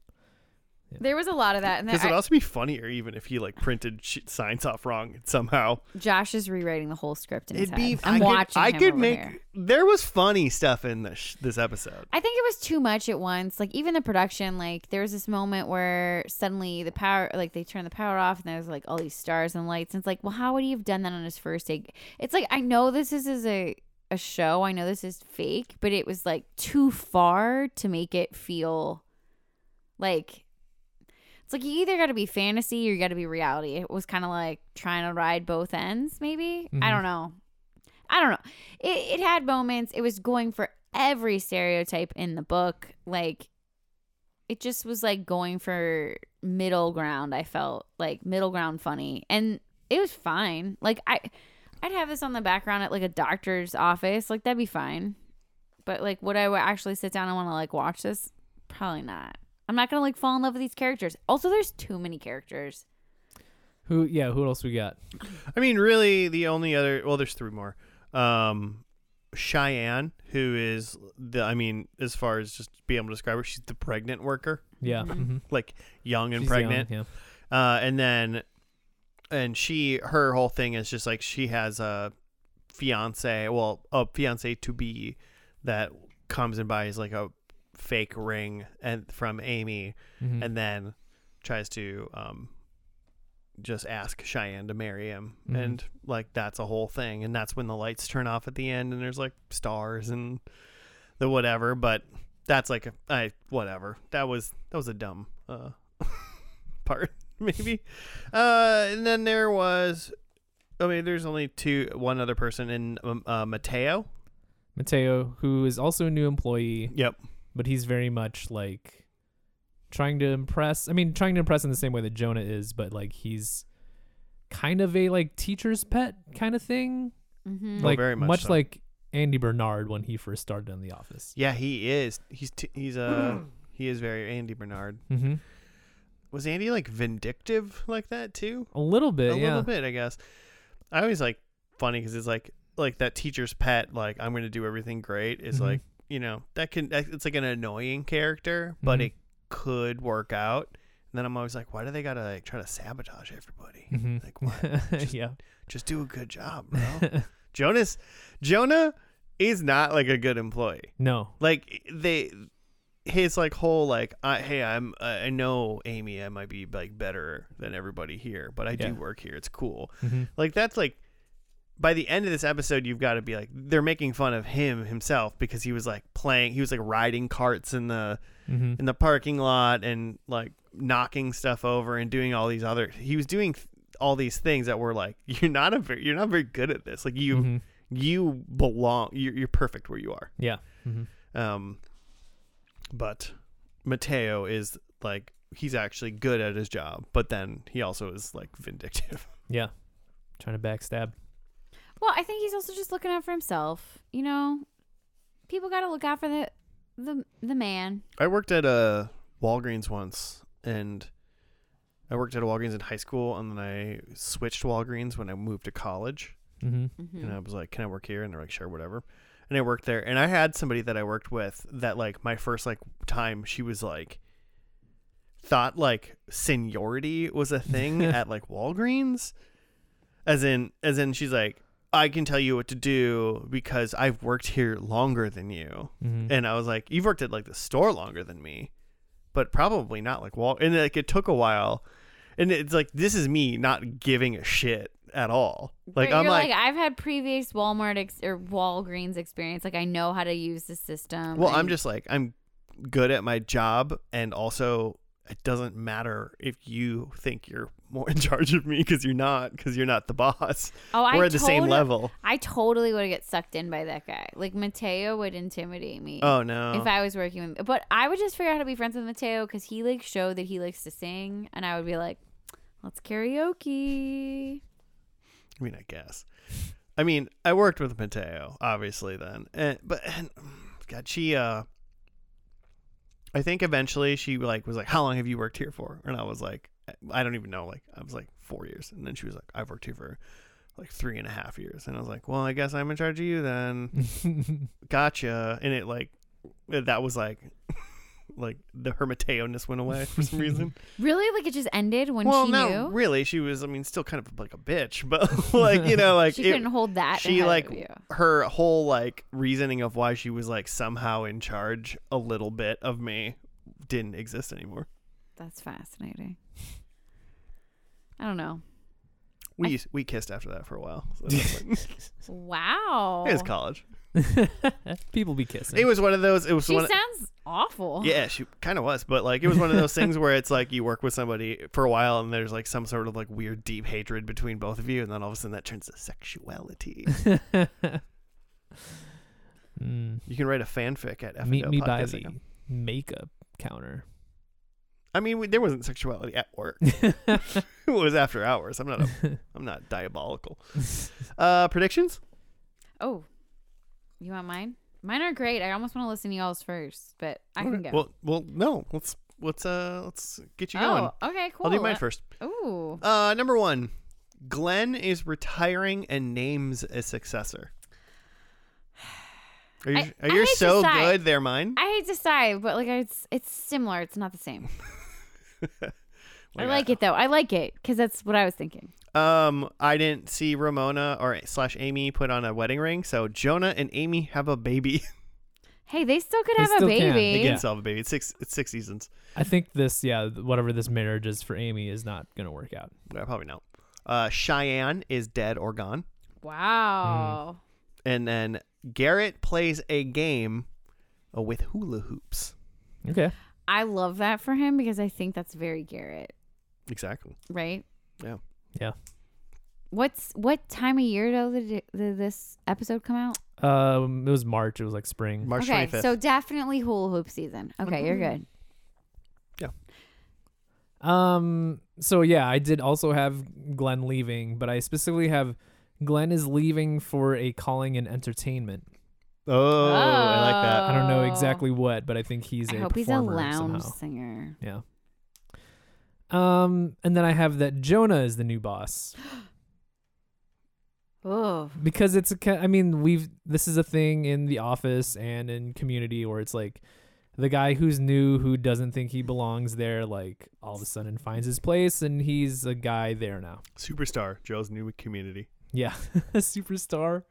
[SPEAKER 3] There was a lot of that, and then
[SPEAKER 1] Because it'd
[SPEAKER 3] I-
[SPEAKER 1] also be funnier even if he like printed sh- signs off wrong somehow.
[SPEAKER 3] Josh is rewriting the whole script in his
[SPEAKER 1] It'd be.
[SPEAKER 3] head. I'm
[SPEAKER 1] I could,
[SPEAKER 3] watching.
[SPEAKER 1] I
[SPEAKER 3] him
[SPEAKER 1] could
[SPEAKER 3] over
[SPEAKER 1] make.
[SPEAKER 3] here.
[SPEAKER 1] There was funny stuff in this sh- this episode.
[SPEAKER 3] I think it was too much at once. Like even the production, like there was this moment where suddenly the power, like they turned the power off, and there was like all these stars and lights. And it's like, well, how would he have done that on his first day? It's like I know this is, is a a show. I know this is fake, but it was like too far to make it feel like it's like you either got to be fantasy or you got to be reality. It was kind of like trying to ride both ends. Maybe I
[SPEAKER 2] Mhm.
[SPEAKER 3] don't know. I don't know. It, it had moments. It was going for every stereotype in the book. Like, it just was like going for middle ground. I felt like middle ground funny, and it was fine. Like I, I'd have this on the background at like a doctor's office. Like that'd be fine. But like, would I wa- actually sit down and want to like watch this? Probably not. I'm not gonna like fall in love with these characters. Also, there's too many characters.
[SPEAKER 2] Who? Yeah. Who else we got?
[SPEAKER 1] I mean, really, the only other. Well, there's three more. Um, Cheyenne, who is the. I mean, as far as just being able to describe her, she's the pregnant worker,
[SPEAKER 2] Yeah.
[SPEAKER 3] Mhm.
[SPEAKER 2] mhm.
[SPEAKER 1] like young and
[SPEAKER 2] She's young,
[SPEAKER 1] pregnant.
[SPEAKER 2] Yeah.
[SPEAKER 1] uh, and then and she her whole thing is just like she has a fiance well a fiance to be that comes and buys like a fake ring and from amy
[SPEAKER 2] Mhm.
[SPEAKER 1] and then tries to um just ask cheyenne to marry him
[SPEAKER 2] Mhm.
[SPEAKER 1] and like that's a whole thing and that's when the lights turn off at the end and there's like stars and the whatever but that's like a, i whatever that was that was a dumb uh part maybe uh and then there was i mean there's only two one other person in um, uh mateo
[SPEAKER 2] Mateo, who is also a new employee,
[SPEAKER 1] yep
[SPEAKER 2] but he's very much like trying to impress. I mean, trying to impress in the same way that Jonah is, but like he's kind of a like teacher's pet kind of thing.
[SPEAKER 3] Mm-hmm.
[SPEAKER 1] Oh,
[SPEAKER 2] like
[SPEAKER 1] very much
[SPEAKER 2] much
[SPEAKER 1] so.
[SPEAKER 2] like Andy Bernard when he first started in the office.
[SPEAKER 1] yeah he is he's t- he's uh he is very andy bernard
[SPEAKER 2] Mm-hmm.
[SPEAKER 1] was Andy like vindictive like that too?
[SPEAKER 2] A little bit,
[SPEAKER 1] a
[SPEAKER 2] Uh, yeah.
[SPEAKER 1] little bit, I guess. I always like funny because it's like like that teacher's pet, like I'm going to do everything great is
[SPEAKER 2] Mhm.
[SPEAKER 1] like you know that can that- it's like an annoying character, but
[SPEAKER 2] Mhm.
[SPEAKER 1] it could work out. And then I'm always like, why do they gotta like try to sabotage everybody?
[SPEAKER 2] Mhm.
[SPEAKER 1] Like, what? Just,
[SPEAKER 2] yeah.
[SPEAKER 1] just do a good job, bro. Jonas, Jonah is not like a good employee
[SPEAKER 2] no.
[SPEAKER 1] like they his like whole like I, hey i'm I i know amy i might be like better than everybody here but i
[SPEAKER 2] Yeah.
[SPEAKER 1] do work here it's cool
[SPEAKER 2] Mhm.
[SPEAKER 1] like that's like by the end of this episode you've got to be like they're making fun of him himself because he was like playing he was like riding carts in the
[SPEAKER 2] Mhm.
[SPEAKER 1] in the parking lot and like knocking stuff over and doing all these other he was doing th- all these things that were like you're not a very, you're not very good at this like you
[SPEAKER 2] Mhm.
[SPEAKER 1] you belong you're, you're perfect where you are
[SPEAKER 2] Yeah. Mhm.
[SPEAKER 1] um, but Mateo is like he's actually good at his job, but then he also is like vindictive.
[SPEAKER 2] Yeah. Trying to backstab.
[SPEAKER 3] Well, I think he's also just looking out for himself. You know, people got to look out for the the the man.
[SPEAKER 1] I worked at a Walgreens once, and I worked at a Walgreens in high school, and then I switched Walgreens when I moved to college.
[SPEAKER 2] Mm-hmm.
[SPEAKER 3] Hmm.
[SPEAKER 1] And I was like, "Can I work here?" And they're like, "Sure, whatever." And I worked there, and I had somebody that I worked with that like my first like time, she was like thought like seniority was a thing at like Walgreens, as in as in she's like, "I can tell you what to do because I've worked here longer than you,"
[SPEAKER 3] Hmm.
[SPEAKER 2] Mm-hmm.
[SPEAKER 1] and I was like, "You've worked at like the store longer than me, but probably not like Wal." And like it took a while, and it's like this is me not giving a shit at all. Like
[SPEAKER 3] But
[SPEAKER 1] I'm
[SPEAKER 3] you're
[SPEAKER 1] like.
[SPEAKER 3] I've had previous Walmart ex- or Walgreens experience. Like I know how to use the system.
[SPEAKER 1] Well, I'm
[SPEAKER 3] and-
[SPEAKER 1] just like I'm good at my job and also it doesn't matter if you think you're more in charge of me because you're not because you're not the boss.
[SPEAKER 3] Oh, I
[SPEAKER 1] We're at the same
[SPEAKER 3] totally-
[SPEAKER 1] level.
[SPEAKER 3] I totally would get sucked in by that guy. Like Mateo would intimidate me.
[SPEAKER 1] Oh no.
[SPEAKER 3] If I was working with, but I would just figure out how to be friends with Mateo because he like showed that he likes to sing, and I would be like, "Let's karaoke."
[SPEAKER 1] I mean, I guess. I mean, I worked with Mateo, obviously. Then, and, but and, God, she. uh I think eventually she like was like, "How long have you worked here for?" And I was like, "I don't even know." Like, I was like four years, and then she was like, "I've worked here for like three and a half years," and I was like, "Well, I guess I'm in charge of you then."
[SPEAKER 2] Mm-hmm.
[SPEAKER 1] Gotcha. And it like that was like. Like the her Mateo-ness went away for some reason.
[SPEAKER 3] Really, like it just ended when
[SPEAKER 1] well,
[SPEAKER 3] she
[SPEAKER 1] not
[SPEAKER 3] knew
[SPEAKER 1] really. She was, I mean, still kind of like a bitch, but like you know, like
[SPEAKER 3] she
[SPEAKER 1] it-
[SPEAKER 3] couldn't hold that.
[SPEAKER 1] she,
[SPEAKER 3] ahead
[SPEAKER 1] like,
[SPEAKER 3] of you.
[SPEAKER 1] her whole like reasoning of why she was like somehow in charge a little bit of me didn't exist anymore.
[SPEAKER 3] That's fascinating. I don't know.
[SPEAKER 1] We we kissed after that for a while. So that's like-
[SPEAKER 3] Wow.
[SPEAKER 1] it was college.
[SPEAKER 2] People be kissing.
[SPEAKER 1] It was one of those. It was
[SPEAKER 3] She
[SPEAKER 1] one.
[SPEAKER 3] sounds awful.
[SPEAKER 1] yeah, she kind of was, but like it was one of those things where it's like you work with somebody for a while and there's like some sort of like weird deep hatred between both of you, and then all of a sudden that turns to sexuality.
[SPEAKER 2] Mm.
[SPEAKER 1] you can write a fanfic at
[SPEAKER 2] Meet
[SPEAKER 1] FNO
[SPEAKER 2] me by
[SPEAKER 1] podcast
[SPEAKER 2] the
[SPEAKER 1] account.
[SPEAKER 2] makeup counter.
[SPEAKER 1] I mean, we, there wasn't sexuality at work. it was after hours. I'm not. A, I'm not diabolical. Uh, predictions?
[SPEAKER 3] Oh, you want mine? Mine are great. I almost want to listen to y'all's first, but I can go.
[SPEAKER 1] Well, well, no. Let's let's uh let's get you going.
[SPEAKER 3] oh, okay, cool.
[SPEAKER 1] I'll do mine first.
[SPEAKER 3] Ooh,
[SPEAKER 1] Uh, number one, Glenn is retiring and names a successor. Are you,
[SPEAKER 3] I-
[SPEAKER 1] are
[SPEAKER 3] I
[SPEAKER 1] you
[SPEAKER 3] hate to
[SPEAKER 1] so
[SPEAKER 3] sigh.
[SPEAKER 1] good there, mine?
[SPEAKER 3] I hate to sigh, but like it's it's similar. It's not the same. I like it though. I like it because that's what I was thinking.
[SPEAKER 1] Um, I didn't see Ramona or slash Amy put on a wedding ring, so Jonah and Amy have a baby.
[SPEAKER 3] Hey, they still could
[SPEAKER 2] They
[SPEAKER 3] have a
[SPEAKER 2] still can. They
[SPEAKER 3] baby.
[SPEAKER 1] they
[SPEAKER 2] Yeah.
[SPEAKER 1] can still have a baby. It's six. It's six seasons.
[SPEAKER 2] I think this, yeah, whatever this marriage is for Amy is not gonna work out.
[SPEAKER 1] Yeah, probably not. Uh, Cheyenne is dead or gone.
[SPEAKER 3] Wow.
[SPEAKER 2] Mm.
[SPEAKER 1] And then Garrett plays a game uh, with hula hoops.
[SPEAKER 2] Okay.
[SPEAKER 3] I love that for him because I think that's very Garrett,
[SPEAKER 1] Exactly.
[SPEAKER 3] right?
[SPEAKER 2] Yeah.
[SPEAKER 3] What's what time of year though did, it- did this episode come out?
[SPEAKER 2] Um, it was March. It was like spring.
[SPEAKER 1] March
[SPEAKER 3] okay,
[SPEAKER 1] 25th.
[SPEAKER 3] so definitely hula hoop season. Okay, you're
[SPEAKER 2] Mm-hmm.
[SPEAKER 3] good.
[SPEAKER 2] Um. So yeah, I did also have Glenn leaving, but I specifically have Glenn is leaving for a calling in entertainment.
[SPEAKER 1] oh, I like that.
[SPEAKER 2] I don't know
[SPEAKER 3] Oh.
[SPEAKER 2] exactly what, but I think he's
[SPEAKER 3] I
[SPEAKER 2] a
[SPEAKER 3] hope he's a
[SPEAKER 2] performer
[SPEAKER 3] lounge
[SPEAKER 2] somehow.
[SPEAKER 3] singer.
[SPEAKER 2] Yeah. Um, and then I have that Jonah is the new boss
[SPEAKER 3] Oh,
[SPEAKER 2] because it's a. ki- I mean, we've this is a thing in the office and in community where it's like the guy who's new who doesn't think he belongs there, like all of a sudden finds his place and he's a guy there now.
[SPEAKER 1] Superstar, Joe's new community.
[SPEAKER 2] Yeah, superstar.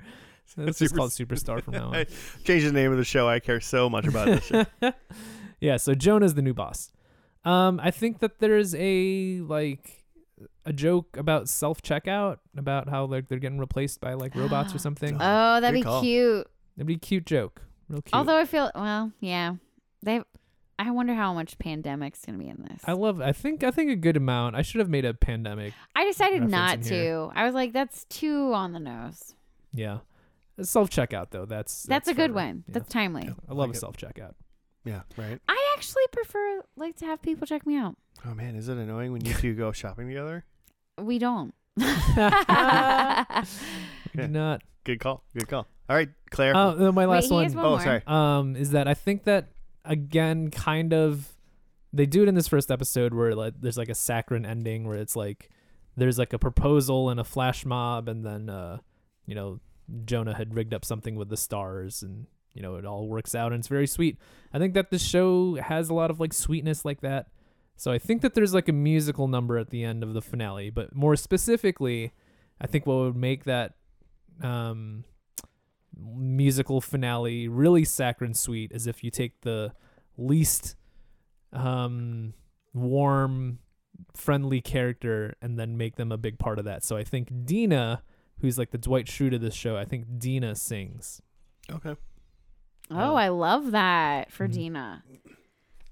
[SPEAKER 2] So it's just
[SPEAKER 1] Super-
[SPEAKER 2] called superstar from
[SPEAKER 1] Oh.
[SPEAKER 2] now on.
[SPEAKER 1] Change the name of the show. I care so much about this. show.
[SPEAKER 2] yeah, so Jonah's the new boss. Um, I think that there's a like a joke about self checkout about how like they're getting replaced by like robots or something.
[SPEAKER 1] Oh.
[SPEAKER 3] oh, that'd
[SPEAKER 1] Good
[SPEAKER 3] be
[SPEAKER 1] call.
[SPEAKER 3] cute.
[SPEAKER 2] It'd be a cute joke. Real cute.
[SPEAKER 3] Although I feel well, yeah. They I wonder how much pandemic's gonna be in this.
[SPEAKER 2] I
[SPEAKER 3] I,
[SPEAKER 2] love I think I think a good amount. I should have made a pandemic.
[SPEAKER 3] decided
[SPEAKER 2] reference
[SPEAKER 3] not
[SPEAKER 2] in
[SPEAKER 3] to.
[SPEAKER 2] here.
[SPEAKER 3] I was like, that's too on the nose.
[SPEAKER 2] Yeah. Self checkout though. That's
[SPEAKER 3] That's, a
[SPEAKER 2] forever.
[SPEAKER 3] good one.
[SPEAKER 2] Yeah.
[SPEAKER 3] That's timely.
[SPEAKER 2] I love
[SPEAKER 1] Like
[SPEAKER 2] a
[SPEAKER 1] it.
[SPEAKER 2] self checkout.
[SPEAKER 1] yeah, right.
[SPEAKER 3] I actually prefer like to have people check me out.
[SPEAKER 1] Oh man, is it annoying when you two go shopping together?
[SPEAKER 3] We don't.
[SPEAKER 2] We
[SPEAKER 1] Yeah.
[SPEAKER 2] do not.
[SPEAKER 1] Good call. Good call. All right, Claire.
[SPEAKER 2] Oh, no, my
[SPEAKER 3] Wait,
[SPEAKER 2] last
[SPEAKER 3] he
[SPEAKER 2] one.
[SPEAKER 3] has one
[SPEAKER 1] oh,
[SPEAKER 3] more.
[SPEAKER 1] sorry.
[SPEAKER 2] um, is that I think that again, kind of, they do it in this first episode where like there's like a saccharine ending where it's like there's like a proposal and a flash mob, and then uh, you know Jonah had rigged up something with the stars, and you know it all works out, and it's very sweet. I think that the show has a lot of like sweetness like that. So I think that there's like a musical number at the end of the finale, but more specifically, I think what would make that um, musical finale really saccharine sweet is if you take the least um warm friendly character and then make them a big part of that so i think dina who's like the dwight schrute of this show i think dina sings
[SPEAKER 1] Okay.
[SPEAKER 3] Oh, I love that for
[SPEAKER 2] Mhm.
[SPEAKER 3] Dina.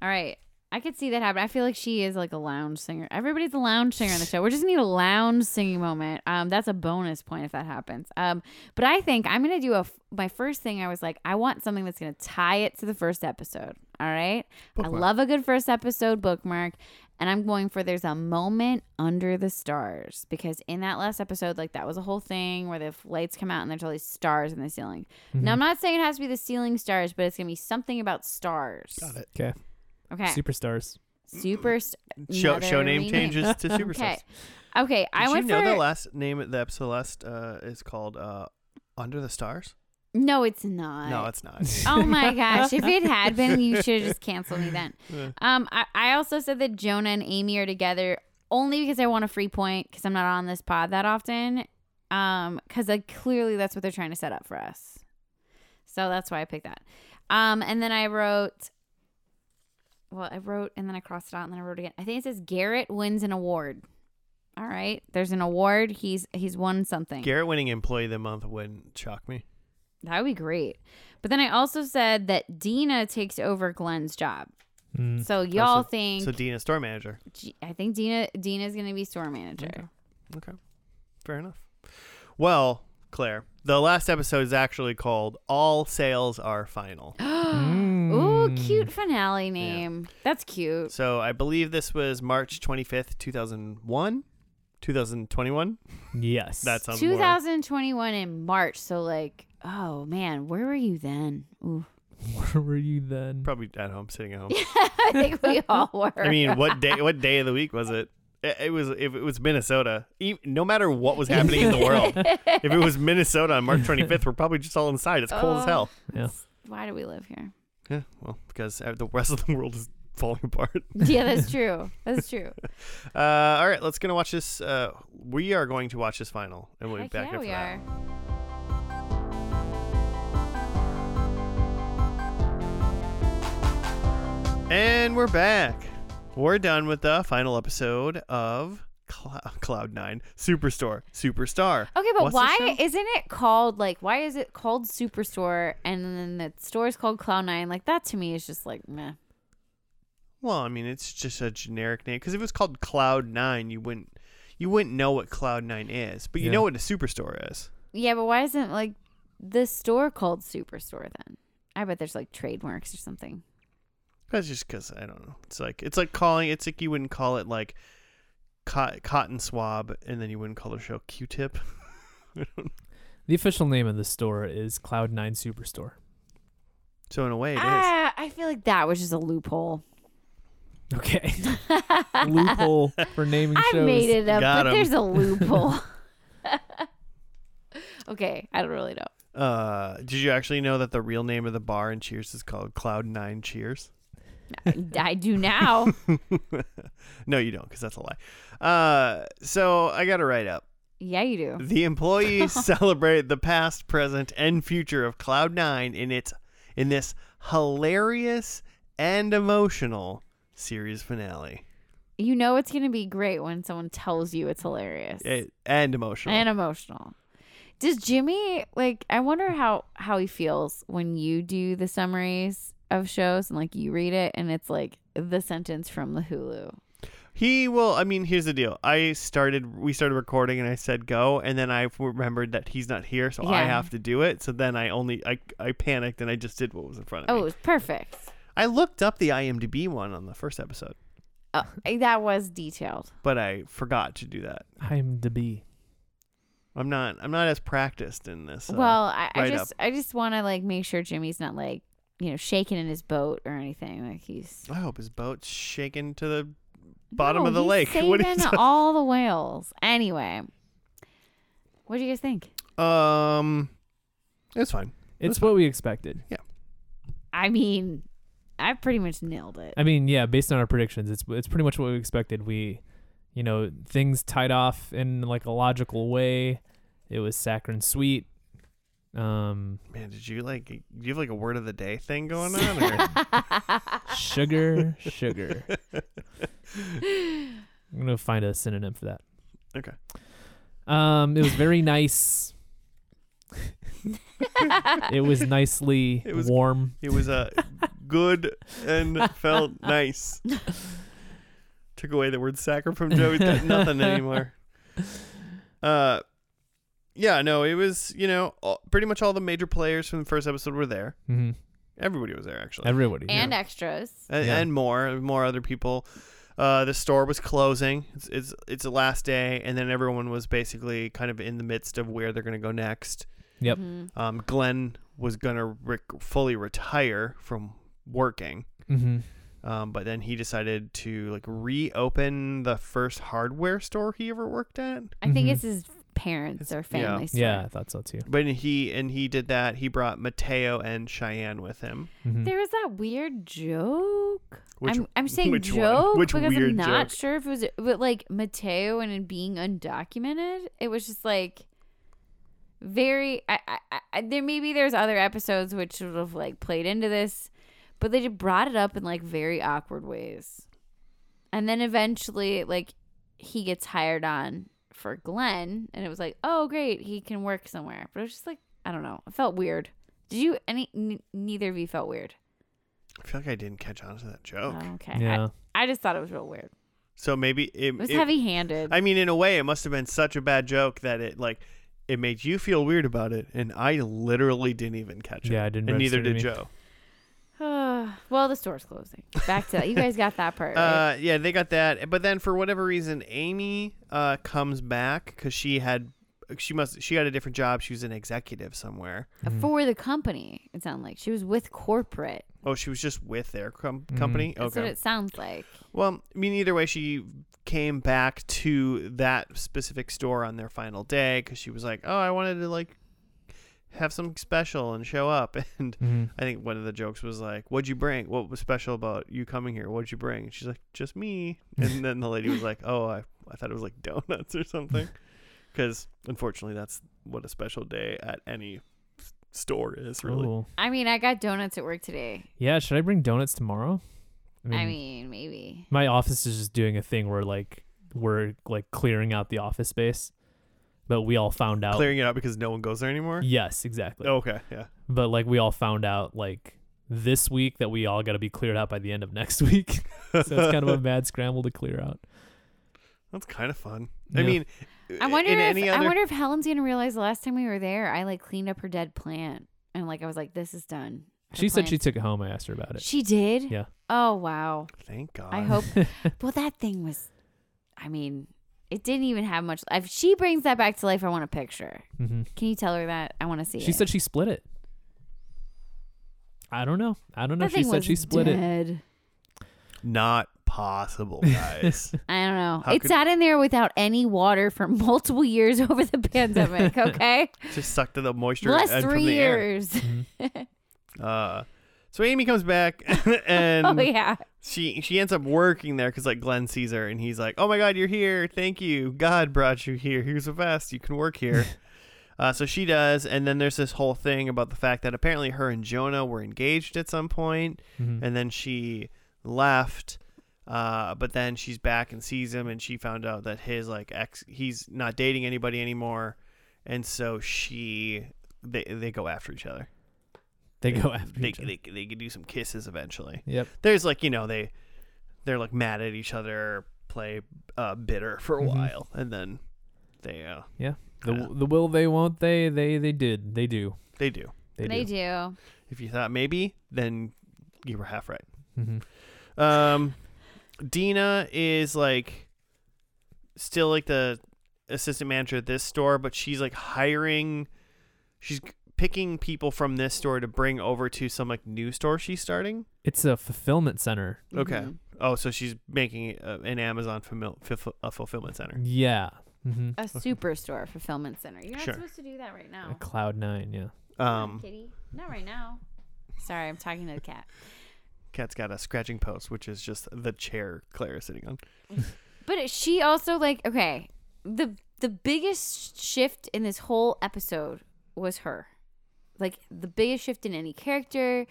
[SPEAKER 3] All right. I could see that happen. I feel like she is like a lounge singer. Everybody's a lounge singer in the show. We just need a lounge singing moment. Um, that's a bonus point if that happens. Um, but I think I'm gonna do a. f- My first thing I was like, I want something that's gonna tie it to the first episode. All right. I
[SPEAKER 1] Bookmark.
[SPEAKER 3] love a good first episode bookmark, and I'm going for there's a moment under the stars because in that last episode, like that was a whole thing where the f- lights come out and there's all these stars in the ceiling. Now
[SPEAKER 1] Mm-hmm.
[SPEAKER 3] I'm not saying it has to be the ceiling stars, but it's gonna be something about stars.
[SPEAKER 1] Got it.
[SPEAKER 2] Okay.
[SPEAKER 3] Okay.
[SPEAKER 2] Superstars.
[SPEAKER 3] Super. st-
[SPEAKER 1] Show,
[SPEAKER 3] another
[SPEAKER 1] show name
[SPEAKER 3] rename.
[SPEAKER 1] changes to Superstars.
[SPEAKER 3] Okay. Okay. I
[SPEAKER 1] Did you
[SPEAKER 3] went
[SPEAKER 1] know
[SPEAKER 3] for
[SPEAKER 1] the last name of the episode last uh, is called uh, Under the Stars?
[SPEAKER 3] no. It's not.
[SPEAKER 1] no, it's not.
[SPEAKER 3] oh my gosh! If it had been, you should have just canceled me then.
[SPEAKER 1] Yeah.
[SPEAKER 3] Um, I, I also said that Jonah and Amy are together only because I want a free point because I'm not on this pod that often. Um, because like clearly that's what they're trying to set up for us. So that's why I picked that. Um, and then I wrote. Well, I wrote and then I crossed it out and then I wrote again. I think it says Garrett wins an award. All right, there's an award. He's he's won something.
[SPEAKER 1] Garrett winning Employee of the Month wouldn't shock me.
[SPEAKER 3] That would be great. But then I also said that Dina takes over Glenn's job.
[SPEAKER 2] Mm.
[SPEAKER 3] So y'all
[SPEAKER 1] Oh, so-
[SPEAKER 3] think
[SPEAKER 1] So Dean is store manager.
[SPEAKER 3] G- I think Dina Dina's going to be store manager.
[SPEAKER 1] Okay. Okay. Fair enough. Well, Claire, the last episode is actually called All Sales Are Final.
[SPEAKER 3] Ooh,
[SPEAKER 1] Mm.
[SPEAKER 3] cute finale name. That's cute.
[SPEAKER 1] So I believe this was March 25th, 2001. 2021.
[SPEAKER 2] Yes.
[SPEAKER 1] That sounds more-
[SPEAKER 3] 2021 in March. So like, oh man, where were you then? Ooh.
[SPEAKER 2] where were you then?
[SPEAKER 1] probably at home, sitting at home.
[SPEAKER 3] I think we all were.
[SPEAKER 1] I mean, what day? What day of the week was it? It, it was if it was Minnesota. E- no matter what was happening in the world, if it was Minnesota on March 25th, we're probably just all inside. It's cold as
[SPEAKER 3] Oh.
[SPEAKER 1] hell.
[SPEAKER 2] Yeah.
[SPEAKER 3] Why do we live here?
[SPEAKER 1] Yeah, well, because uh, the rest of the world is falling apart.
[SPEAKER 3] Yeah, that's true. That's true.
[SPEAKER 1] Uh, all right, let's gonna watch this. Uh, we are going to watch this final, and we'll be
[SPEAKER 3] Heck
[SPEAKER 1] back
[SPEAKER 3] yeah,
[SPEAKER 1] after
[SPEAKER 3] we
[SPEAKER 1] that.
[SPEAKER 3] are.
[SPEAKER 1] And we're back. We're done with the final episode of Clou- Cloud Nine Superstore Superstar.
[SPEAKER 3] Okay, but
[SPEAKER 1] What's the
[SPEAKER 3] why
[SPEAKER 1] show?
[SPEAKER 3] isn't it called like why is it called Superstore and then the store is called Cloud Nine? Like that to me is just like meh.
[SPEAKER 1] Well, I mean, it's just a generic name because if it was called Cloud Nine, you wouldn't you wouldn't know what Cloud Nine is, but you
[SPEAKER 2] Yeah.
[SPEAKER 1] know what a superstore is.
[SPEAKER 3] Yeah, but why isn't like the store called Superstore then? I bet there's like trademarks or something.
[SPEAKER 1] That's just because I don't know. It's like it's like calling it's like you wouldn't call it like co- cotton swab, and then you wouldn't call the show Q-tip.
[SPEAKER 2] The official name of the store is Cloud Nine Superstore.
[SPEAKER 1] So in a way, it is.
[SPEAKER 3] ah, I feel like that was just a loophole.
[SPEAKER 2] Okay. Loophole for naming
[SPEAKER 3] I
[SPEAKER 2] shows.
[SPEAKER 3] made it up,
[SPEAKER 1] Got
[SPEAKER 3] but
[SPEAKER 1] 'em.
[SPEAKER 3] there's a loophole. okay, I don't really know.
[SPEAKER 1] Uh, did you actually know that the real name of the bar in Cheers is called Cloud Nine Cheers?
[SPEAKER 3] I, I do now.
[SPEAKER 1] no, you don't, because that's a lie. Uh, so I got to write up.
[SPEAKER 3] Yeah, you do.
[SPEAKER 1] The employees celebrate the past, present, and future of Cloud Nine in its in this hilarious and emotional series finale.
[SPEAKER 3] You know it's gonna be great when someone tells you it's hilarious
[SPEAKER 1] It, Eh, and emotional.
[SPEAKER 3] and emotional. Does Jimmy like? I wonder how how he feels when you do the summaries of shows and like you read it and it's like the sentence from the Hulu.
[SPEAKER 1] He will. I mean, here's the deal. I started. We started recording, and I said go, and then I remembered that he's not here, so I
[SPEAKER 3] Yeah.
[SPEAKER 1] have to do it. So then I only. I I panicked, and I just did what was in front of
[SPEAKER 3] Oh, it
[SPEAKER 1] me.
[SPEAKER 3] was perfect.
[SPEAKER 1] I looked up the IMDb one on the first episode,
[SPEAKER 3] Oh, that was detailed.
[SPEAKER 1] but I forgot to do that.
[SPEAKER 2] I'm to be.
[SPEAKER 1] I'm not. I'm not as practiced in this. uh,
[SPEAKER 3] well, I, I
[SPEAKER 1] write
[SPEAKER 3] just I just want to like make sure Jimmy's not like you know shaking in his boat or anything. Like he's
[SPEAKER 1] I hope his boat's shaken to the bottom of the
[SPEAKER 3] he's
[SPEAKER 1] lake.
[SPEAKER 3] saving
[SPEAKER 1] What are you
[SPEAKER 3] all the whales. Anyway, what do you guys think?
[SPEAKER 1] talking- um, it's fine.
[SPEAKER 2] It's what we expected.
[SPEAKER 3] I mean, I pretty much nailed it.
[SPEAKER 2] I mean, yeah, based on our predictions, it's it's pretty much what we expected. We, you know, things tied off in like a logical way. It was saccharine sweet. Um,
[SPEAKER 1] Man, did you like? Do you have like a word of the day thing going on? Or?
[SPEAKER 2] sugar, sugar. I'm gonna find a synonym for that.
[SPEAKER 1] okay.
[SPEAKER 2] Um, it was very nice. it was nicely
[SPEAKER 1] It was-
[SPEAKER 2] warm.
[SPEAKER 1] It was a good and felt nice. Took away the word sacker from Joey's got nothing anymore. Uh, yeah, no, it was you know all, pretty much all the major players from the first episode were there.
[SPEAKER 2] Mm-hmm.
[SPEAKER 1] Everybody was there actually,
[SPEAKER 2] Everybody.
[SPEAKER 3] and extras.
[SPEAKER 1] and,
[SPEAKER 2] Yeah.
[SPEAKER 1] and more, more other people. Uh, the store was closing. It's, it's it's the last day, and then everyone was basically kind of in the midst of where they're gonna go next.
[SPEAKER 2] Yep.
[SPEAKER 3] Mhm.
[SPEAKER 1] Um, Glenn was gonna re- fully retire from working,
[SPEAKER 2] Mm-hmm.
[SPEAKER 1] um, but then he decided to like reopen the first hardware store he ever worked at.
[SPEAKER 3] I think
[SPEAKER 2] Mhm.
[SPEAKER 3] it's his parents or
[SPEAKER 1] yeah.
[SPEAKER 3] family. store.
[SPEAKER 2] Yeah, I thought so too.
[SPEAKER 1] But he and he did that. He brought Mateo and Cheyenne with him.
[SPEAKER 2] Mhm.
[SPEAKER 3] There was that weird joke.
[SPEAKER 1] Which
[SPEAKER 3] I'm, I'm saying
[SPEAKER 1] which one?
[SPEAKER 3] joke
[SPEAKER 1] Which
[SPEAKER 3] because
[SPEAKER 1] weird
[SPEAKER 3] I'm not
[SPEAKER 1] joke?
[SPEAKER 3] sure if it was, but like Mateo and it being undocumented, it was just like very. I, I, I- I there maybe there's other episodes which sort of like played into this, but they just brought it up in like very awkward ways, and then eventually like he gets hired on for Glenn, and it was like, oh great, he can work somewhere, but it was just like I don't know, it felt weird. Did you any? N- neither of you felt weird.
[SPEAKER 1] I feel like I didn't catch on to that joke.
[SPEAKER 3] Oh, okay. I-
[SPEAKER 2] Yeah.
[SPEAKER 3] I just thought it was real weird.
[SPEAKER 1] So maybe it,
[SPEAKER 3] It was
[SPEAKER 1] it-
[SPEAKER 3] heavy handed.
[SPEAKER 1] I mean, in a way, it must have been such a bad joke that it like it made you feel weird about it, and I literally didn't even catch it.
[SPEAKER 2] Yeah, I didn't
[SPEAKER 1] And neither
[SPEAKER 2] register to
[SPEAKER 1] did
[SPEAKER 2] me.
[SPEAKER 1] Joe.
[SPEAKER 3] well, the store's closing. Back to that. You guys got that part. Right?
[SPEAKER 1] Uh, yeah, they got that. But then for whatever reason, Amy uh, comes back because she had she must she had a different job. She was an executive somewhere.
[SPEAKER 2] Mm-hmm.
[SPEAKER 3] For the company, it sounded like she was with corporate.
[SPEAKER 1] Oh, she was just with their com- company.
[SPEAKER 3] Mm-hmm. That's what
[SPEAKER 1] Okay.
[SPEAKER 3] it sounds like.
[SPEAKER 1] Well, I mean, either way, she came back to that specific store on their final day because she was like, "Oh, I wanted to like have something special and show up." And
[SPEAKER 2] Mhm.
[SPEAKER 1] I think one of the jokes was like, "What'd you bring? What was special about you coming here? What'd you bring?" And she's like, "Just me." And then the lady was like, "Oh, I I thought it was like donuts or something," because unfortunately, that's what a special day at any s- store is really.
[SPEAKER 2] Cool.
[SPEAKER 3] I mean, I got donuts at work today.
[SPEAKER 2] Yeah. Should I bring donuts tomorrow?
[SPEAKER 3] I mean, maybe.
[SPEAKER 2] my office is just doing a thing where like we're like clearing out the office space, but we all found out.
[SPEAKER 1] Clearing it out because no one goes there anymore.
[SPEAKER 2] yes, exactly.
[SPEAKER 1] Okay, yeah.
[SPEAKER 2] But like we all found out like this week that we all got to be cleared out by the end of next week. so it's kind of a mad scramble to clear out.
[SPEAKER 1] That's kind of fun. I
[SPEAKER 2] Yeah.
[SPEAKER 1] mean,
[SPEAKER 3] I wonder
[SPEAKER 1] in
[SPEAKER 3] if
[SPEAKER 1] any other
[SPEAKER 3] I wonder if Helen's gonna realize the last time we were there, I like cleaned up her dead plant, and like I was like, "This is done." Her
[SPEAKER 2] She said she
[SPEAKER 3] plant's-
[SPEAKER 2] took it home. I asked her about it.
[SPEAKER 3] She did.
[SPEAKER 2] Yeah.
[SPEAKER 3] Oh wow.
[SPEAKER 1] Thank God.
[SPEAKER 3] I hope. well, that thing was. I mean, it didn't even have much. If she brings that back to life, I want a picture.
[SPEAKER 2] hmm
[SPEAKER 3] Can you tell her that? I want to see.
[SPEAKER 2] She
[SPEAKER 3] it.
[SPEAKER 2] said she split it. I don't know. I don't know.
[SPEAKER 3] that
[SPEAKER 2] if She
[SPEAKER 3] thing
[SPEAKER 2] said
[SPEAKER 3] was
[SPEAKER 2] she split it.
[SPEAKER 3] dead.
[SPEAKER 1] Not possible, guys.
[SPEAKER 3] I don't know.
[SPEAKER 1] How
[SPEAKER 3] it
[SPEAKER 1] could-
[SPEAKER 3] sat in there without any water for multiple years over the pandemic. Okay,
[SPEAKER 1] Just sucked the moisture
[SPEAKER 3] less
[SPEAKER 1] and from
[SPEAKER 3] three
[SPEAKER 1] the
[SPEAKER 3] years.
[SPEAKER 1] air. Uh, so Amy comes back and
[SPEAKER 3] oh yeah.
[SPEAKER 1] she she ends up working there because like Glenn sees her and he's like, "Oh my God, you're here! Thank you, God brought you here. Here's a vest. You can work here." uh, so she does, and then there's this whole thing about the fact that apparently her and Jonah were engaged at some point,
[SPEAKER 2] Mhm.
[SPEAKER 1] and then she left. Uh, but then she's back and sees him, and she found out that his like ex, he's not dating anybody anymore, and so she they they go after each other.
[SPEAKER 2] They go after
[SPEAKER 1] They
[SPEAKER 2] each other.
[SPEAKER 1] they they do some kisses eventually
[SPEAKER 2] Yep.
[SPEAKER 1] there's like you know they they're like mad at each other play uh bitter for a
[SPEAKER 2] Mhm.
[SPEAKER 1] while and then they uh
[SPEAKER 2] The,
[SPEAKER 1] Yeah.
[SPEAKER 2] the will they won't they they they did they do
[SPEAKER 1] they do
[SPEAKER 2] they, do.
[SPEAKER 3] do.
[SPEAKER 1] if you thought maybe then you were half right
[SPEAKER 2] Mhm.
[SPEAKER 1] um dina is like still like the assistant manager at this store but she's like hiring she's picking people from this store to bring over to some like new store she's starting
[SPEAKER 2] It's a fulfillment center.
[SPEAKER 1] Okay.
[SPEAKER 3] Mhm.
[SPEAKER 1] oh so she's making uh, an amazon fulfill a fulfillment center
[SPEAKER 2] Yeah. hmm
[SPEAKER 3] A superstore fulfillment center. You're not
[SPEAKER 1] Sure.
[SPEAKER 3] supposed to do that right
[SPEAKER 2] A
[SPEAKER 3] now.
[SPEAKER 2] cloud nine. Yeah.
[SPEAKER 3] Come on,
[SPEAKER 1] um
[SPEAKER 3] kitty, not right now. Sorry, I'm talking to the cat.
[SPEAKER 1] Cat's got a scratching post, which is just the chair Claire is sitting on.
[SPEAKER 3] But she also like okay, the the biggest shift in this whole episode was her. Like the biggest shift in any character,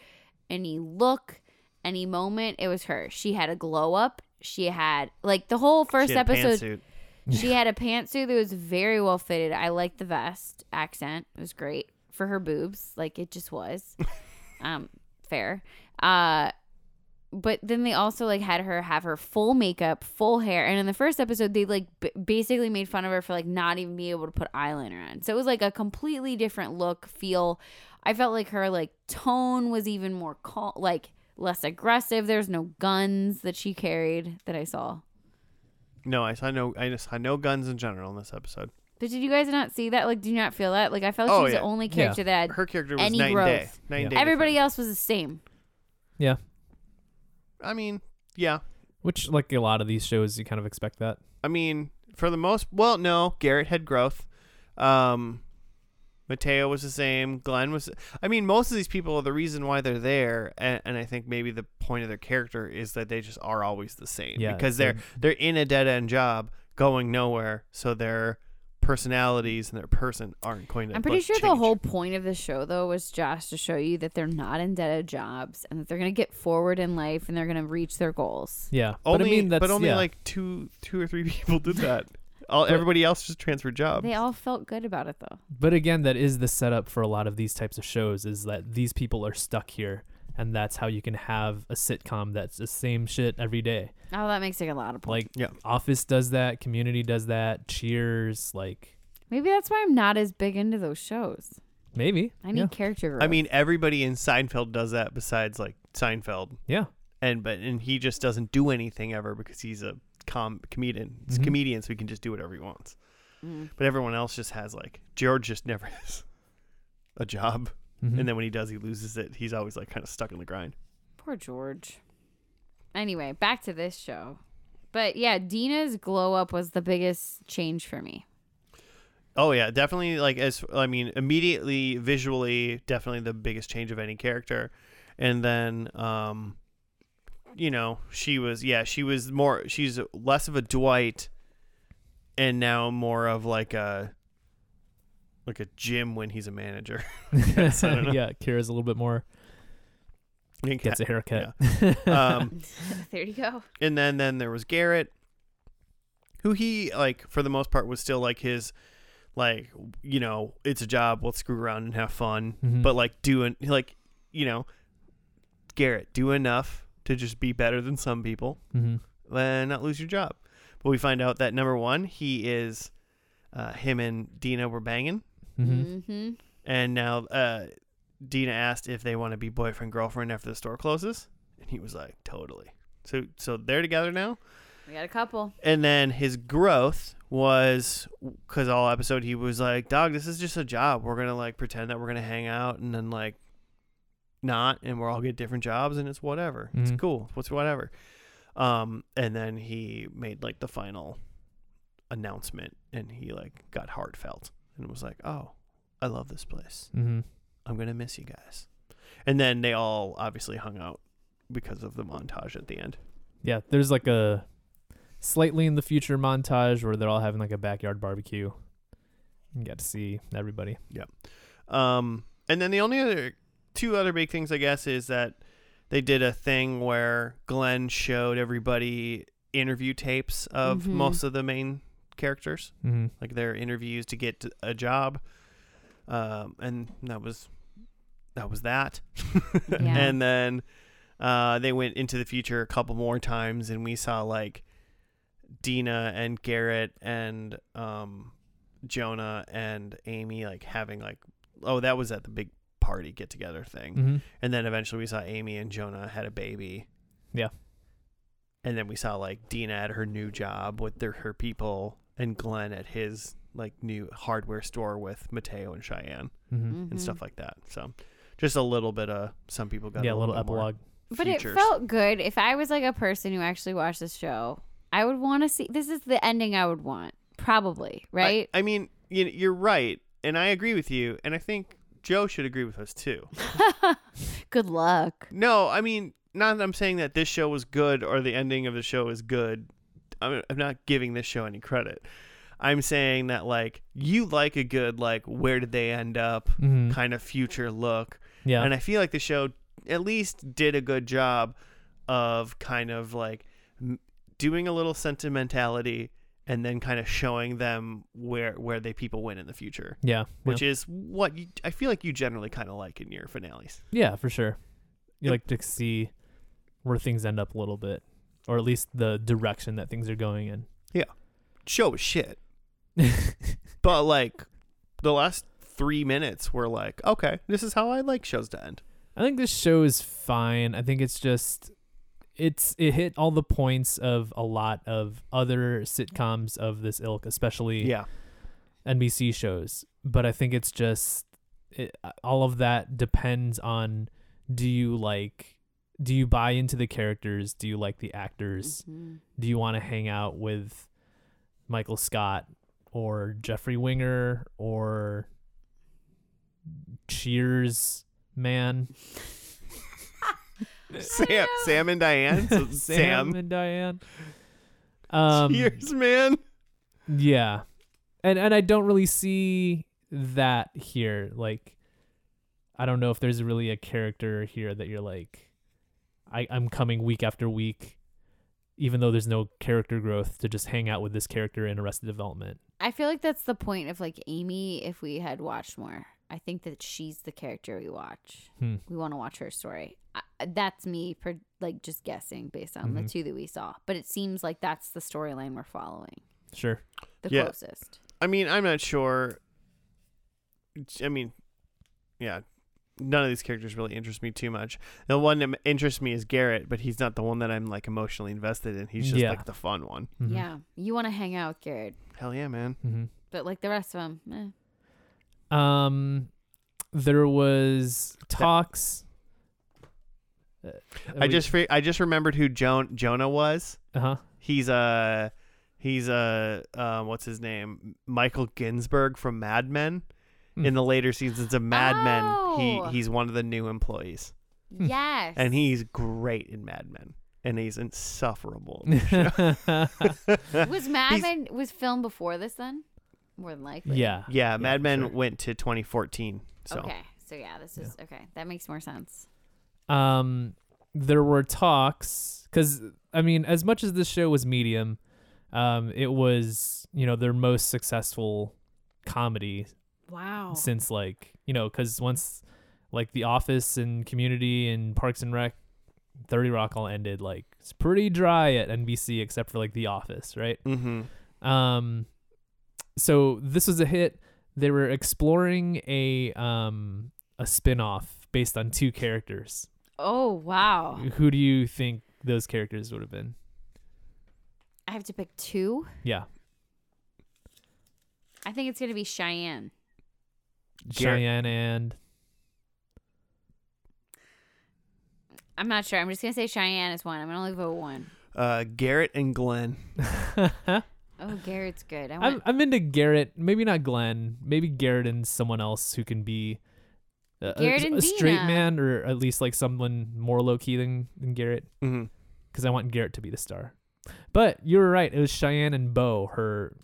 [SPEAKER 3] any look, any moment, it was her. She had a glow up. She had like the whole first
[SPEAKER 1] She had a
[SPEAKER 3] episode.
[SPEAKER 1] pantsuit.
[SPEAKER 3] She had a pantsuit that was very well fitted. I liked the vest accent. It was great for her boobs. Like it just was. Um, fair. Uh but then they also like had her have her full makeup, full hair, and in the first episode they like b- basically made fun of her for like not even being able to put eyeliner on. So it was like a completely different look, feel. I felt like her like tone was even more cal- like less aggressive. There's no guns that she carried that I saw.
[SPEAKER 1] No, I saw no. I just saw no guns in general in this episode.
[SPEAKER 3] But did you guys not see that? Like, do you not feel that? Like, I felt
[SPEAKER 1] Oh,
[SPEAKER 3] she was
[SPEAKER 1] yeah.
[SPEAKER 3] the only
[SPEAKER 2] Yeah.
[SPEAKER 3] character that had.
[SPEAKER 1] Her character was
[SPEAKER 3] Any
[SPEAKER 1] night and day.
[SPEAKER 3] growth.
[SPEAKER 1] Night
[SPEAKER 2] Yeah.
[SPEAKER 1] and day.
[SPEAKER 3] Everybody
[SPEAKER 1] different.
[SPEAKER 3] else was the same.
[SPEAKER 2] Yeah.
[SPEAKER 1] I mean, yeah.
[SPEAKER 2] Which like a lot of these shows you kind of expect that.
[SPEAKER 1] I mean, for the most, well, no, Garrett had growth. Um, Mateo was the same. Glenn was. I mean, most of these people are the reason why they're there, and, and I think maybe the point of their character is that they just are always the same.
[SPEAKER 2] Yeah,
[SPEAKER 1] because
[SPEAKER 2] it's
[SPEAKER 1] they're
[SPEAKER 2] like-
[SPEAKER 1] they're in a dead end job, going nowhere, so their personalities and their person aren't going to.
[SPEAKER 3] I'm pretty
[SPEAKER 1] like,
[SPEAKER 3] sure the
[SPEAKER 1] change.
[SPEAKER 3] whole point of the show, though, was Josh to show you that they're not indebted jobs and that they're going to get forward in life and they're going to reach their goals.
[SPEAKER 2] Yeah.
[SPEAKER 1] Only,
[SPEAKER 2] but I mean that's
[SPEAKER 1] but only
[SPEAKER 2] yeah.
[SPEAKER 1] like two, two or three people did that. All, everybody else just transferred jobs.
[SPEAKER 3] They all felt good about it, though.
[SPEAKER 2] But again, that is the setup for a lot of these types of shows is that these people are stuck here and that's how you can have a sitcom that's the same shit every day.
[SPEAKER 3] Oh, that makes like a lot of points.
[SPEAKER 2] Like
[SPEAKER 1] Yeah.
[SPEAKER 2] Office does that, Community does that, Cheers, like
[SPEAKER 3] Maybe that's why I'm not as big into those shows.
[SPEAKER 2] maybe.
[SPEAKER 3] I need
[SPEAKER 2] yeah.
[SPEAKER 3] character growth.
[SPEAKER 1] I mean, everybody in Seinfeld does that besides like Seinfeld.
[SPEAKER 2] yeah.
[SPEAKER 1] and but and he just doesn't do anything ever because he's a com comedian. It's
[SPEAKER 2] Mhm.
[SPEAKER 1] comedian, so he can just do whatever he wants.
[SPEAKER 3] Mm.
[SPEAKER 1] But everyone else just has like George just never has a job,
[SPEAKER 2] Mhm.
[SPEAKER 1] and then when he does, he loses it. He's always like kind of stuck in the grind.
[SPEAKER 3] Poor George. Anyway, back to this show. But yeah, Dina's glow up was the biggest change for me.
[SPEAKER 1] Oh yeah, definitely. Like as I mean, immediately visually, definitely the biggest change of any character, and then um, you know, she was yeah, she was more she's less of a Dwight, and now more of like a like a Jim when he's a manager. guess, I don't know.
[SPEAKER 2] yeah, Kira's a little bit more gets a haircut.
[SPEAKER 1] um,
[SPEAKER 3] there you go.
[SPEAKER 1] and then then there was Garrett, who he like for the most part was still like his, like you know it's a job let's screw around and have fun,
[SPEAKER 2] Mhm.
[SPEAKER 1] but like doing like you know, Garrett do enough to just be better than some people
[SPEAKER 2] Mhm.
[SPEAKER 1] and not lose your job. But we find out that number one he is, uh, him and Dina were banging,
[SPEAKER 2] Mhm.
[SPEAKER 3] Mm-hmm.
[SPEAKER 1] and now uh, Dina asked if they want to be boyfriend girlfriend after the store closes, and he was like totally. So so they're together now.
[SPEAKER 3] We got a couple.
[SPEAKER 1] and then his growth was because all episode he was like dog this is just a job we're gonna like pretend that we're gonna hang out and then like not and we're all get different jobs and it's whatever it's
[SPEAKER 2] Mhm.
[SPEAKER 1] cool what's whatever um and then he made like the final announcement and he like got heartfelt and was like oh i love this place
[SPEAKER 2] Mhm.
[SPEAKER 1] i'm gonna miss you guys and then they all obviously hung out because of the montage at the end
[SPEAKER 2] Yeah, there's like a slightly in the future montage where they're all having like a backyard barbecue. You get to see everybody.
[SPEAKER 1] Um, and then the only other two other big things, I guess, is that they did a thing where Glenn showed everybody interview tapes of
[SPEAKER 3] Mhm.
[SPEAKER 1] most of the main characters,
[SPEAKER 2] Mm-hmm.
[SPEAKER 1] like their interviews to get a job. Um, and that was that was that.
[SPEAKER 3] Yeah.
[SPEAKER 1] And then uh, they went into the future a couple more times, and we saw like Dina and Garrett and um, Jonah and Amy like having like oh that was at the big party get together thing,
[SPEAKER 2] Mm-hmm.
[SPEAKER 1] and then eventually we saw Amy and Jonah had a baby.
[SPEAKER 2] Yeah.
[SPEAKER 1] And then we saw like Dina at her new job with their her people, and Glenn at his like new hardware store with Mateo and Cheyenne
[SPEAKER 2] Mm-hmm.
[SPEAKER 1] and stuff like that. So, just a little bit of some people got
[SPEAKER 2] Yeah,
[SPEAKER 1] a
[SPEAKER 2] a little
[SPEAKER 1] bit more.
[SPEAKER 2] epilogue.
[SPEAKER 3] But
[SPEAKER 1] features.
[SPEAKER 3] it felt good. If I was like a person who actually watched this show, I would want to see. This is the ending I would want, probably, right?
[SPEAKER 1] I, I mean, you, you're right, and I agree with you, and I think Joe should agree with us too.
[SPEAKER 3] good luck.
[SPEAKER 1] No, I mean, not that I'm saying that this show was good or the ending of the show is good. I'm, I'm not giving this show any credit. I'm saying that like you like a good like where did they end up
[SPEAKER 2] Mm-hmm.
[SPEAKER 1] kind of future look,
[SPEAKER 2] Yeah.
[SPEAKER 1] and I feel like the show at least did a good job of kind of like m- doing a little sentimentality and then kind of showing them where where they people went in the future,
[SPEAKER 2] yeah.
[SPEAKER 1] which is what you, I feel like you generally kind of like in your finales.
[SPEAKER 2] yeah. yeah, for sure. you like to see where things end up a little bit, or at least the direction that things are going in.
[SPEAKER 1] show was shit. but like the last three minutes were like, okay, this is how I like shows to end.
[SPEAKER 2] I think this show is fine. I think it's just it's it hit all the points of a lot of other sitcoms of this ilk, especially
[SPEAKER 1] Yeah.
[SPEAKER 2] NBC shows. But I think it's just it, all of that depends on do you like do you buy into the characters? Do you like the actors?
[SPEAKER 3] Mm-hmm.
[SPEAKER 2] Do you want to hang out with Michael Scott or Jeffrey Winger or Cheers man?
[SPEAKER 1] Sam, Sam and Diane. So
[SPEAKER 2] Sam,
[SPEAKER 1] Sam.
[SPEAKER 2] and Diane. Um,
[SPEAKER 1] Cheers, man.
[SPEAKER 2] Yeah, and and I don't really see that here. Like, I don't know if there's really a character here that you're like, I I'm coming week after week, even though there's no character growth to just hang out with this character in Arrested Development.
[SPEAKER 3] I feel like that's the point of like Amy. If we had watched more, I think that she's the character we watch.
[SPEAKER 2] Hmm.
[SPEAKER 3] We want to watch her story. I, that's me, per, like just guessing based on
[SPEAKER 1] Mm-hmm.
[SPEAKER 3] the
[SPEAKER 2] Mhm.
[SPEAKER 3] two that we saw. But it seems like that's the storyline we're following
[SPEAKER 2] Sure.
[SPEAKER 3] the
[SPEAKER 1] Yeah.
[SPEAKER 3] closest.
[SPEAKER 1] I mean, I'm not sure. I mean, yeah, none of these characters really interest me too much. The one that interests me is Garrett, but he's not the one that I'm like emotionally invested in. He's just
[SPEAKER 2] Yeah.
[SPEAKER 1] like the fun one.
[SPEAKER 2] Mhm.
[SPEAKER 3] Yeah, you want to hang out with Garrett,
[SPEAKER 1] Hell yeah, man.
[SPEAKER 2] Mhm.
[SPEAKER 3] but like the rest of them, eh.
[SPEAKER 2] Um, there was talks. Uh,
[SPEAKER 1] I just re- I just remembered who Jon Jonah was.
[SPEAKER 2] uh huh.
[SPEAKER 1] He's a he's a uh, what's his name? Michael Ginsburg from Mad Men.
[SPEAKER 2] Hmm.
[SPEAKER 1] In the later seasons of Mad
[SPEAKER 3] Oh.
[SPEAKER 1] Men, he he's one of the new employees,
[SPEAKER 2] Hmm.
[SPEAKER 3] yes,
[SPEAKER 1] and he's great in Mad Men, and he's insufferable. in this show.
[SPEAKER 2] uh-huh.
[SPEAKER 3] was Mad
[SPEAKER 1] he's-
[SPEAKER 3] Men was filmed before this. Then more than likely,
[SPEAKER 2] yeah.
[SPEAKER 1] Yeah, Mad
[SPEAKER 2] for
[SPEAKER 1] Men
[SPEAKER 2] sure.
[SPEAKER 1] went to 2014. So
[SPEAKER 3] Okay, so yeah, this is okay. That makes more sense.
[SPEAKER 2] um there were talks because i mean as much as this show was medium um it was you know their most successful comedy
[SPEAKER 3] Wow.
[SPEAKER 2] since like you know because once like the office and community and parks and rec 30 rock all ended like it's pretty dry at nbc except for like the office right
[SPEAKER 1] mm-hmm.
[SPEAKER 2] um, so this was a hit. They were exploring a um a spin-off based on two characters.
[SPEAKER 3] Oh wow.
[SPEAKER 2] Who do you think those characters would have been?
[SPEAKER 3] I have to pick two.
[SPEAKER 2] Yeah,
[SPEAKER 3] I think it's gonna be Cheyenne.
[SPEAKER 1] Garrett.
[SPEAKER 2] Cheyenne and
[SPEAKER 3] I'm not sure. I'm just gonna say Cheyenne is one. I'm gonna only vote one.
[SPEAKER 1] uh, Garrett and Glenn.
[SPEAKER 3] Oh, Garrett's good. I
[SPEAKER 2] I'm
[SPEAKER 3] want.
[SPEAKER 2] I'm into Garrett. Maybe not Glenn. Maybe Garrett and someone else who can be a, a-
[SPEAKER 3] Garrett and
[SPEAKER 2] a straight
[SPEAKER 3] Dina.
[SPEAKER 2] man or at least like someone more low key than, than Garrett
[SPEAKER 1] Mm-hmm.
[SPEAKER 2] because I want Garrett to be the star. But you were right. It was Cheyenne and Bo, her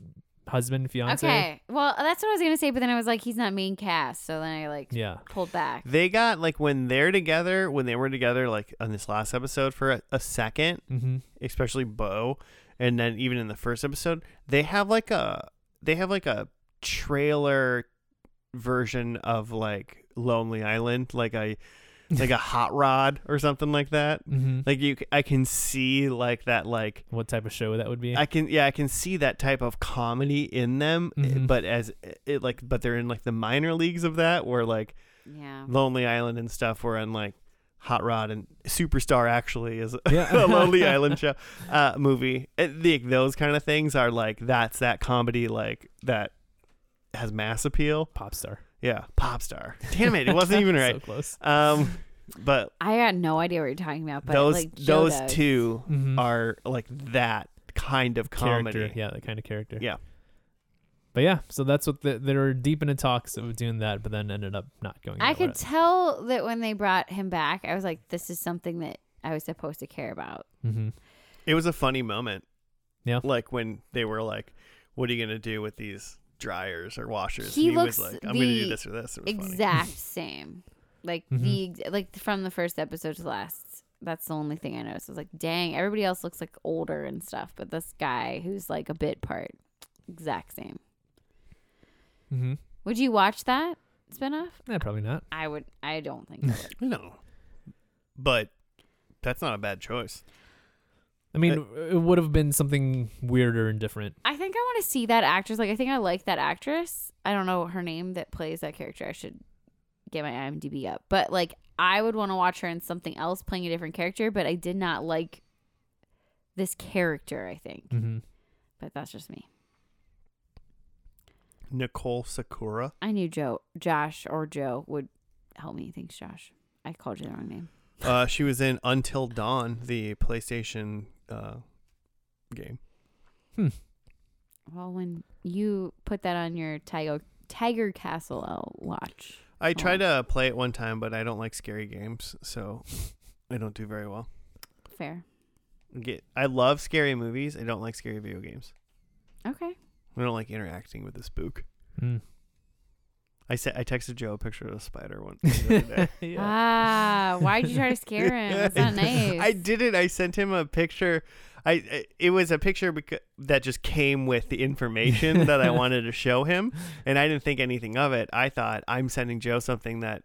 [SPEAKER 2] husband, fiance.
[SPEAKER 3] okay. Well, that's what I was gonna say, but then I was like, he's not main cast, so then I like
[SPEAKER 2] Yeah.
[SPEAKER 3] pulled back.
[SPEAKER 1] They got like when they're together, when they were together, like on this last episode for a, a second,
[SPEAKER 2] Mm-hmm.
[SPEAKER 1] especially Bo, and then even in the first episode, they have like a they have like a trailer version of like Lonely Island, like a like a hot rod or something like that.
[SPEAKER 2] Mm-hmm.
[SPEAKER 1] Like you, c- I can see like that like
[SPEAKER 2] what type of show that would be.
[SPEAKER 1] I can yeah, I can see that type of comedy in them, i-
[SPEAKER 2] Mhm.
[SPEAKER 1] but as eh, it like but they're in like the minor leagues of that where like
[SPEAKER 3] Yeah.
[SPEAKER 1] Lonely Island and stuff were in like Hot Rod and Superstar actually is
[SPEAKER 2] Yeah.
[SPEAKER 1] a Lonely Island show uh movie. It, the, those kind of things are like that's that comedy like that has mass appeal.
[SPEAKER 2] Pop star.
[SPEAKER 1] Yeah, pop star. Damn it, it wasn't even
[SPEAKER 2] so
[SPEAKER 1] right.
[SPEAKER 2] close.
[SPEAKER 1] Um but
[SPEAKER 3] I got no idea what you're talking about, but
[SPEAKER 1] those
[SPEAKER 3] like Joe
[SPEAKER 1] those
[SPEAKER 3] does.
[SPEAKER 1] two
[SPEAKER 2] Mhm.
[SPEAKER 1] are like that kind of comedy.
[SPEAKER 2] Character. Yeah, that kind of character.
[SPEAKER 1] Yeah.
[SPEAKER 2] But yeah, so that's what the, they were deep into talks of doing that, but then ended up not going.
[SPEAKER 3] I
[SPEAKER 2] that
[SPEAKER 3] could
[SPEAKER 2] route.
[SPEAKER 3] tell that when they brought him back, I was like, this is something that I was supposed to care about.
[SPEAKER 2] Mhm.
[SPEAKER 1] It was a funny moment.
[SPEAKER 2] Yeah.
[SPEAKER 1] Like when they were like, "What are you gonna do with these dryers or washers?"
[SPEAKER 3] He
[SPEAKER 1] and he was
[SPEAKER 3] looks
[SPEAKER 1] like, "I'm gonna do
[SPEAKER 3] the
[SPEAKER 1] this or this." It was funny.
[SPEAKER 3] exact same like
[SPEAKER 2] Mhm.
[SPEAKER 3] the ex- like from the first episode to the last that's the only thing i noticed i was like dang everybody else looks like older and stuff but this guy who's like a bit part exact same
[SPEAKER 2] Mhm.
[SPEAKER 3] would you watch that spinoff
[SPEAKER 2] Yeah, probably not.
[SPEAKER 3] i would i don't think I would.
[SPEAKER 1] No. but that's not a bad choice. Uh,
[SPEAKER 2] I mean, it would have been something weirder and different.
[SPEAKER 3] I think I want to see that actress. Like, I think I like that actress. I don't know her name that plays that character. I should get my IMDb up. But, like, I would want to watch her in something else playing a different character, but I did not like this character, I think.
[SPEAKER 2] Mm-hmm.
[SPEAKER 3] But that's just me.
[SPEAKER 1] Nicole Sakura.
[SPEAKER 3] I knew Joe, Josh, or Joe would help me. Thanks, Josh. I called you the wrong name.
[SPEAKER 1] Uh, she was in Until Dawn, the PlayStation uh, game.
[SPEAKER 3] Well, when you put that on your Tiger, Tiger Castle, I'll watch.
[SPEAKER 1] I tried to play it one time, but I don't like scary games, so I don't do very well.
[SPEAKER 3] Fair.
[SPEAKER 1] Get, I love scary movies. I don't like scary video games.
[SPEAKER 3] Okay.
[SPEAKER 1] I don't like interacting with the spook.
[SPEAKER 2] Mm.
[SPEAKER 1] I said I texted Joe a picture of a spider one the other day.
[SPEAKER 2] yeah.
[SPEAKER 3] Ah, why'd you try to scare him? That's not nice.
[SPEAKER 1] I did it. I sent him a picture. I, I it was a picture becau- that just came with the information that I wanted to show him, and I didn't think anything of it. I thought I'm sending Joe something that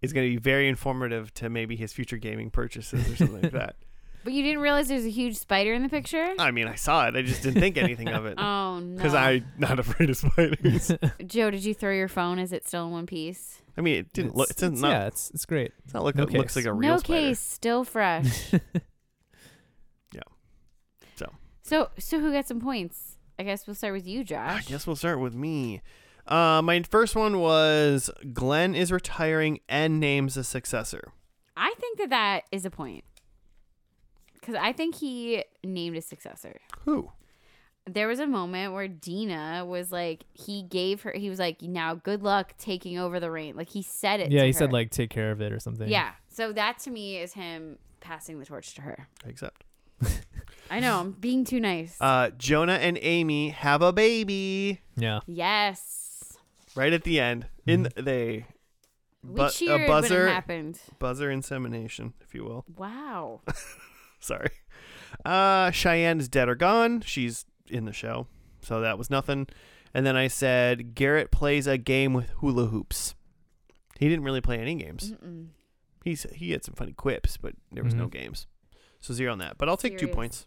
[SPEAKER 1] is going to be very informative to maybe his future gaming purchases or something like that.
[SPEAKER 3] But you didn't realize there's a huge spider in the picture?
[SPEAKER 1] I mean, I saw it. I just didn't think anything of it
[SPEAKER 3] Oh no.
[SPEAKER 1] because I'm not afraid of spiders.
[SPEAKER 3] Joe, did you throw your phone? Is it still in one piece?
[SPEAKER 1] I mean, it didn't look. It
[SPEAKER 2] it's,
[SPEAKER 1] doesn't not.
[SPEAKER 2] yeah, it's it's great.
[SPEAKER 1] It's not look.
[SPEAKER 2] No
[SPEAKER 1] it looks
[SPEAKER 2] case.
[SPEAKER 1] like a real
[SPEAKER 3] no
[SPEAKER 1] spider.
[SPEAKER 3] case, still fresh. so so who got some points? I guess we'll start with you,
[SPEAKER 1] I
[SPEAKER 3] Josh.
[SPEAKER 1] guess we'll start with me. Uh, my first one was Glenn is retiring and names a successor.
[SPEAKER 3] I think that that is a point. Cuz I think he named his successor.
[SPEAKER 1] Who?
[SPEAKER 3] There was a moment where Dina was like he gave her he was like now good luck taking over the reign. Like he said it
[SPEAKER 2] yeah,
[SPEAKER 3] to
[SPEAKER 2] he
[SPEAKER 3] her.
[SPEAKER 2] said like take care of it or something.
[SPEAKER 3] Yeah. So that to me is him passing the torch to her.
[SPEAKER 1] I accept.
[SPEAKER 3] I know, I'm being too nice.
[SPEAKER 1] Uh, Jonah and Amy have a baby
[SPEAKER 2] Yeah.
[SPEAKER 3] yes.
[SPEAKER 1] right at the end. In they
[SPEAKER 3] We
[SPEAKER 1] bu-
[SPEAKER 3] cheered
[SPEAKER 1] a
[SPEAKER 3] when
[SPEAKER 1] buzzer
[SPEAKER 3] it happened.
[SPEAKER 1] buzzer insemination, if you will.
[SPEAKER 3] Wow.
[SPEAKER 1] Sorry. Uh, Cheyenne is dead or gone. She's in the show, so that was nothing. And then I said Garrett plays a game with hula hoops. He didn't really play any games.
[SPEAKER 3] Mm-mm.
[SPEAKER 1] he's he had some funny quips, but there was no
[SPEAKER 2] Mhm.
[SPEAKER 1] games. So zero on that. But I'll take two
[SPEAKER 3] Serious.
[SPEAKER 1] points.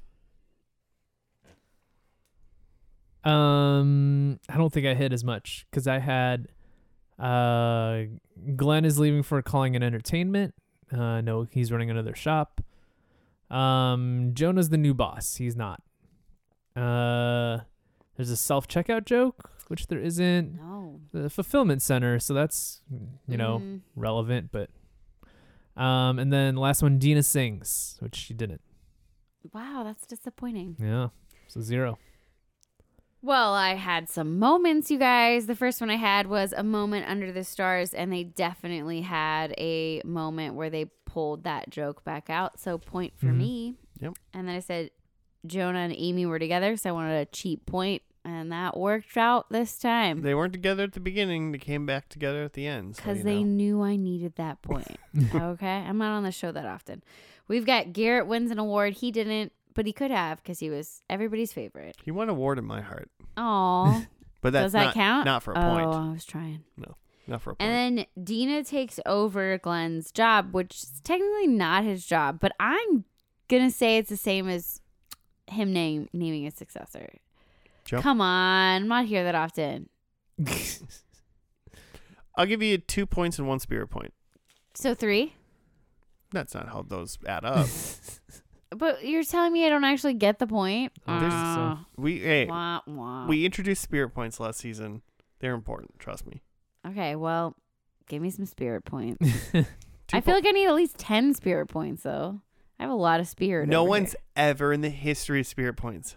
[SPEAKER 2] Um, I don't think I hit as much because I had uh, Glenn is leaving for calling and entertainment. Uh, no, he's running another shop. Um, Jonah's the new boss. He's not. Uh, there's a self checkout joke, which there isn't.
[SPEAKER 3] No.
[SPEAKER 2] The fulfillment center, so that's you know
[SPEAKER 3] Mm.
[SPEAKER 2] relevant, but um, and then last one, Dina sings, which she didn't.
[SPEAKER 3] Wow, that's disappointing.
[SPEAKER 2] Yeah, so zero.
[SPEAKER 3] Well, I had some moments, you guys. The first one I had was a moment under the stars, and they definitely had a moment where they pulled that joke back out. So, point for
[SPEAKER 2] Mhm.
[SPEAKER 3] me.
[SPEAKER 1] Mm-hmm. Yep.
[SPEAKER 3] And then I said Jonah and Amy were together, so I wanted a cheap point, and that worked out this time.
[SPEAKER 1] They weren't together at the beginning. They came back together at the end. so
[SPEAKER 3] Because
[SPEAKER 1] you
[SPEAKER 3] they
[SPEAKER 1] know.
[SPEAKER 3] knew I needed that point. okay. I'm not on the show that often. We've got Garrett wins an award. He didn't, but he could have because he was everybody's favorite.
[SPEAKER 1] he won a award in my heart,
[SPEAKER 3] Aw.
[SPEAKER 1] but that's
[SPEAKER 3] Does that
[SPEAKER 1] not,
[SPEAKER 3] count?
[SPEAKER 1] Not for a
[SPEAKER 3] oh,
[SPEAKER 1] point.
[SPEAKER 3] I was trying.
[SPEAKER 1] Not for a point.
[SPEAKER 3] And then Dina takes over Glenn's job, which is technically not his job, but I'm going to say it's the same as him name, naming his successor.
[SPEAKER 1] Joe?
[SPEAKER 3] Come on. I'm not here that often.
[SPEAKER 1] I'll give you two points and one spirit point.
[SPEAKER 3] So, three.
[SPEAKER 1] That's not how those add up.
[SPEAKER 3] But you're telling me I don't actually get the point?
[SPEAKER 2] I don't think
[SPEAKER 3] Aw.
[SPEAKER 1] we hey,
[SPEAKER 3] Wah, wah.
[SPEAKER 1] we introduced spirit points last season. They're important. Trust me.
[SPEAKER 3] Okay, well, give me some spirit points.
[SPEAKER 1] Two
[SPEAKER 3] I feel
[SPEAKER 1] po-
[SPEAKER 3] like I need at least 10 spirit points, though. I have a lot of spirit.
[SPEAKER 1] no
[SPEAKER 3] over
[SPEAKER 1] one's
[SPEAKER 3] here.
[SPEAKER 1] ever in the history of spirit points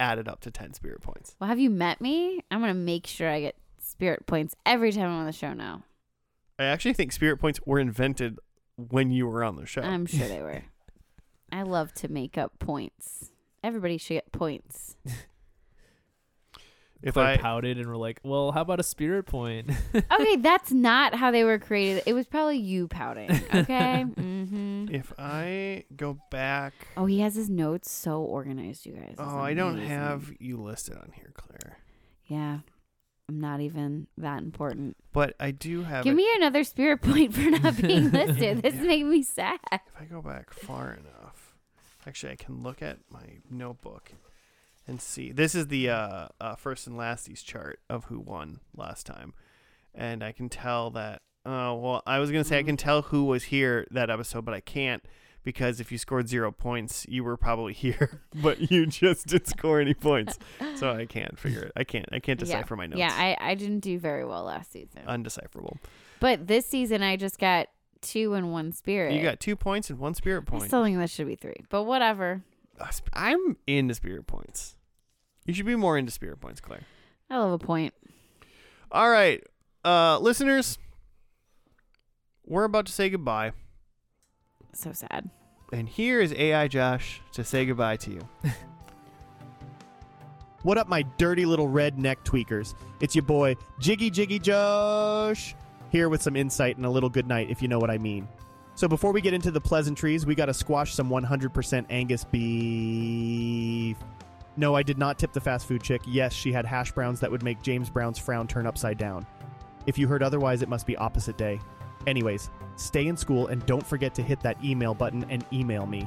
[SPEAKER 1] added up to ten spirit points.
[SPEAKER 3] Well, have you met me? I'm going to make sure I get spirit points every time I'm on the show now.
[SPEAKER 1] I actually think spirit points were invented when you were on the show.
[SPEAKER 3] I'm sure they were. I love to make up points. Everybody should get points.
[SPEAKER 1] if
[SPEAKER 2] I
[SPEAKER 1] I
[SPEAKER 2] pouted and were like, "Well, how about a spirit point?"
[SPEAKER 3] Okay, that's not how they were created. It was probably you pouting. Okay. hmm
[SPEAKER 1] If I go back,
[SPEAKER 3] Oh, he has his notes so organized, you guys. It's
[SPEAKER 1] oh, I don't
[SPEAKER 3] amazing.
[SPEAKER 1] have you listed on here, Claire.
[SPEAKER 3] Yeah. I'm not even that important.
[SPEAKER 1] But I do have.
[SPEAKER 3] Give
[SPEAKER 1] a-
[SPEAKER 3] me another spirit point for not being listed. This
[SPEAKER 1] Yeah.
[SPEAKER 3] made me sad.
[SPEAKER 1] If I go back far enough, actually, I can look at my notebook and see. This is the uh, uh, first and lasties chart of who won last time, and I can tell that. Uh, well, I was gonna say I
[SPEAKER 3] Mm-hmm.
[SPEAKER 1] can tell who was here that episode, but I can't because if you scored zero points, you were probably here, but you just didn't score any points, so I can't figure it. I can't. I can't
[SPEAKER 3] Yeah.
[SPEAKER 1] decipher my notes.
[SPEAKER 3] Yeah, I, I didn't do very well last season.
[SPEAKER 1] undecipherable.
[SPEAKER 3] but this season, I just got two and one spirit.
[SPEAKER 1] You got two points and one spirit
[SPEAKER 3] I
[SPEAKER 1] point.
[SPEAKER 3] still think that should be three, but whatever.
[SPEAKER 1] Uh, sp- I'm into spirit points. You should be more into spirit points, Claire.
[SPEAKER 3] I love a point.
[SPEAKER 1] All right, uh, listeners, we're about to say goodbye,
[SPEAKER 3] So sad.
[SPEAKER 1] and here is AI Josh to say goodbye to you.
[SPEAKER 4] What up, my dirty little redneck tweakers? It's your boy, Jiggy Jiggy Josh, here with some insight and a little good night, if you know what I mean. So, before we get into the pleasantries, we got to squash some 100% Angus beef. No, I did not tip the fast food chick. Yes, she had hash browns that would make James Brown's frown turn upside down. If you heard otherwise, it must be opposite day. Anyways, stay in school and don't forget to hit that email button and email me.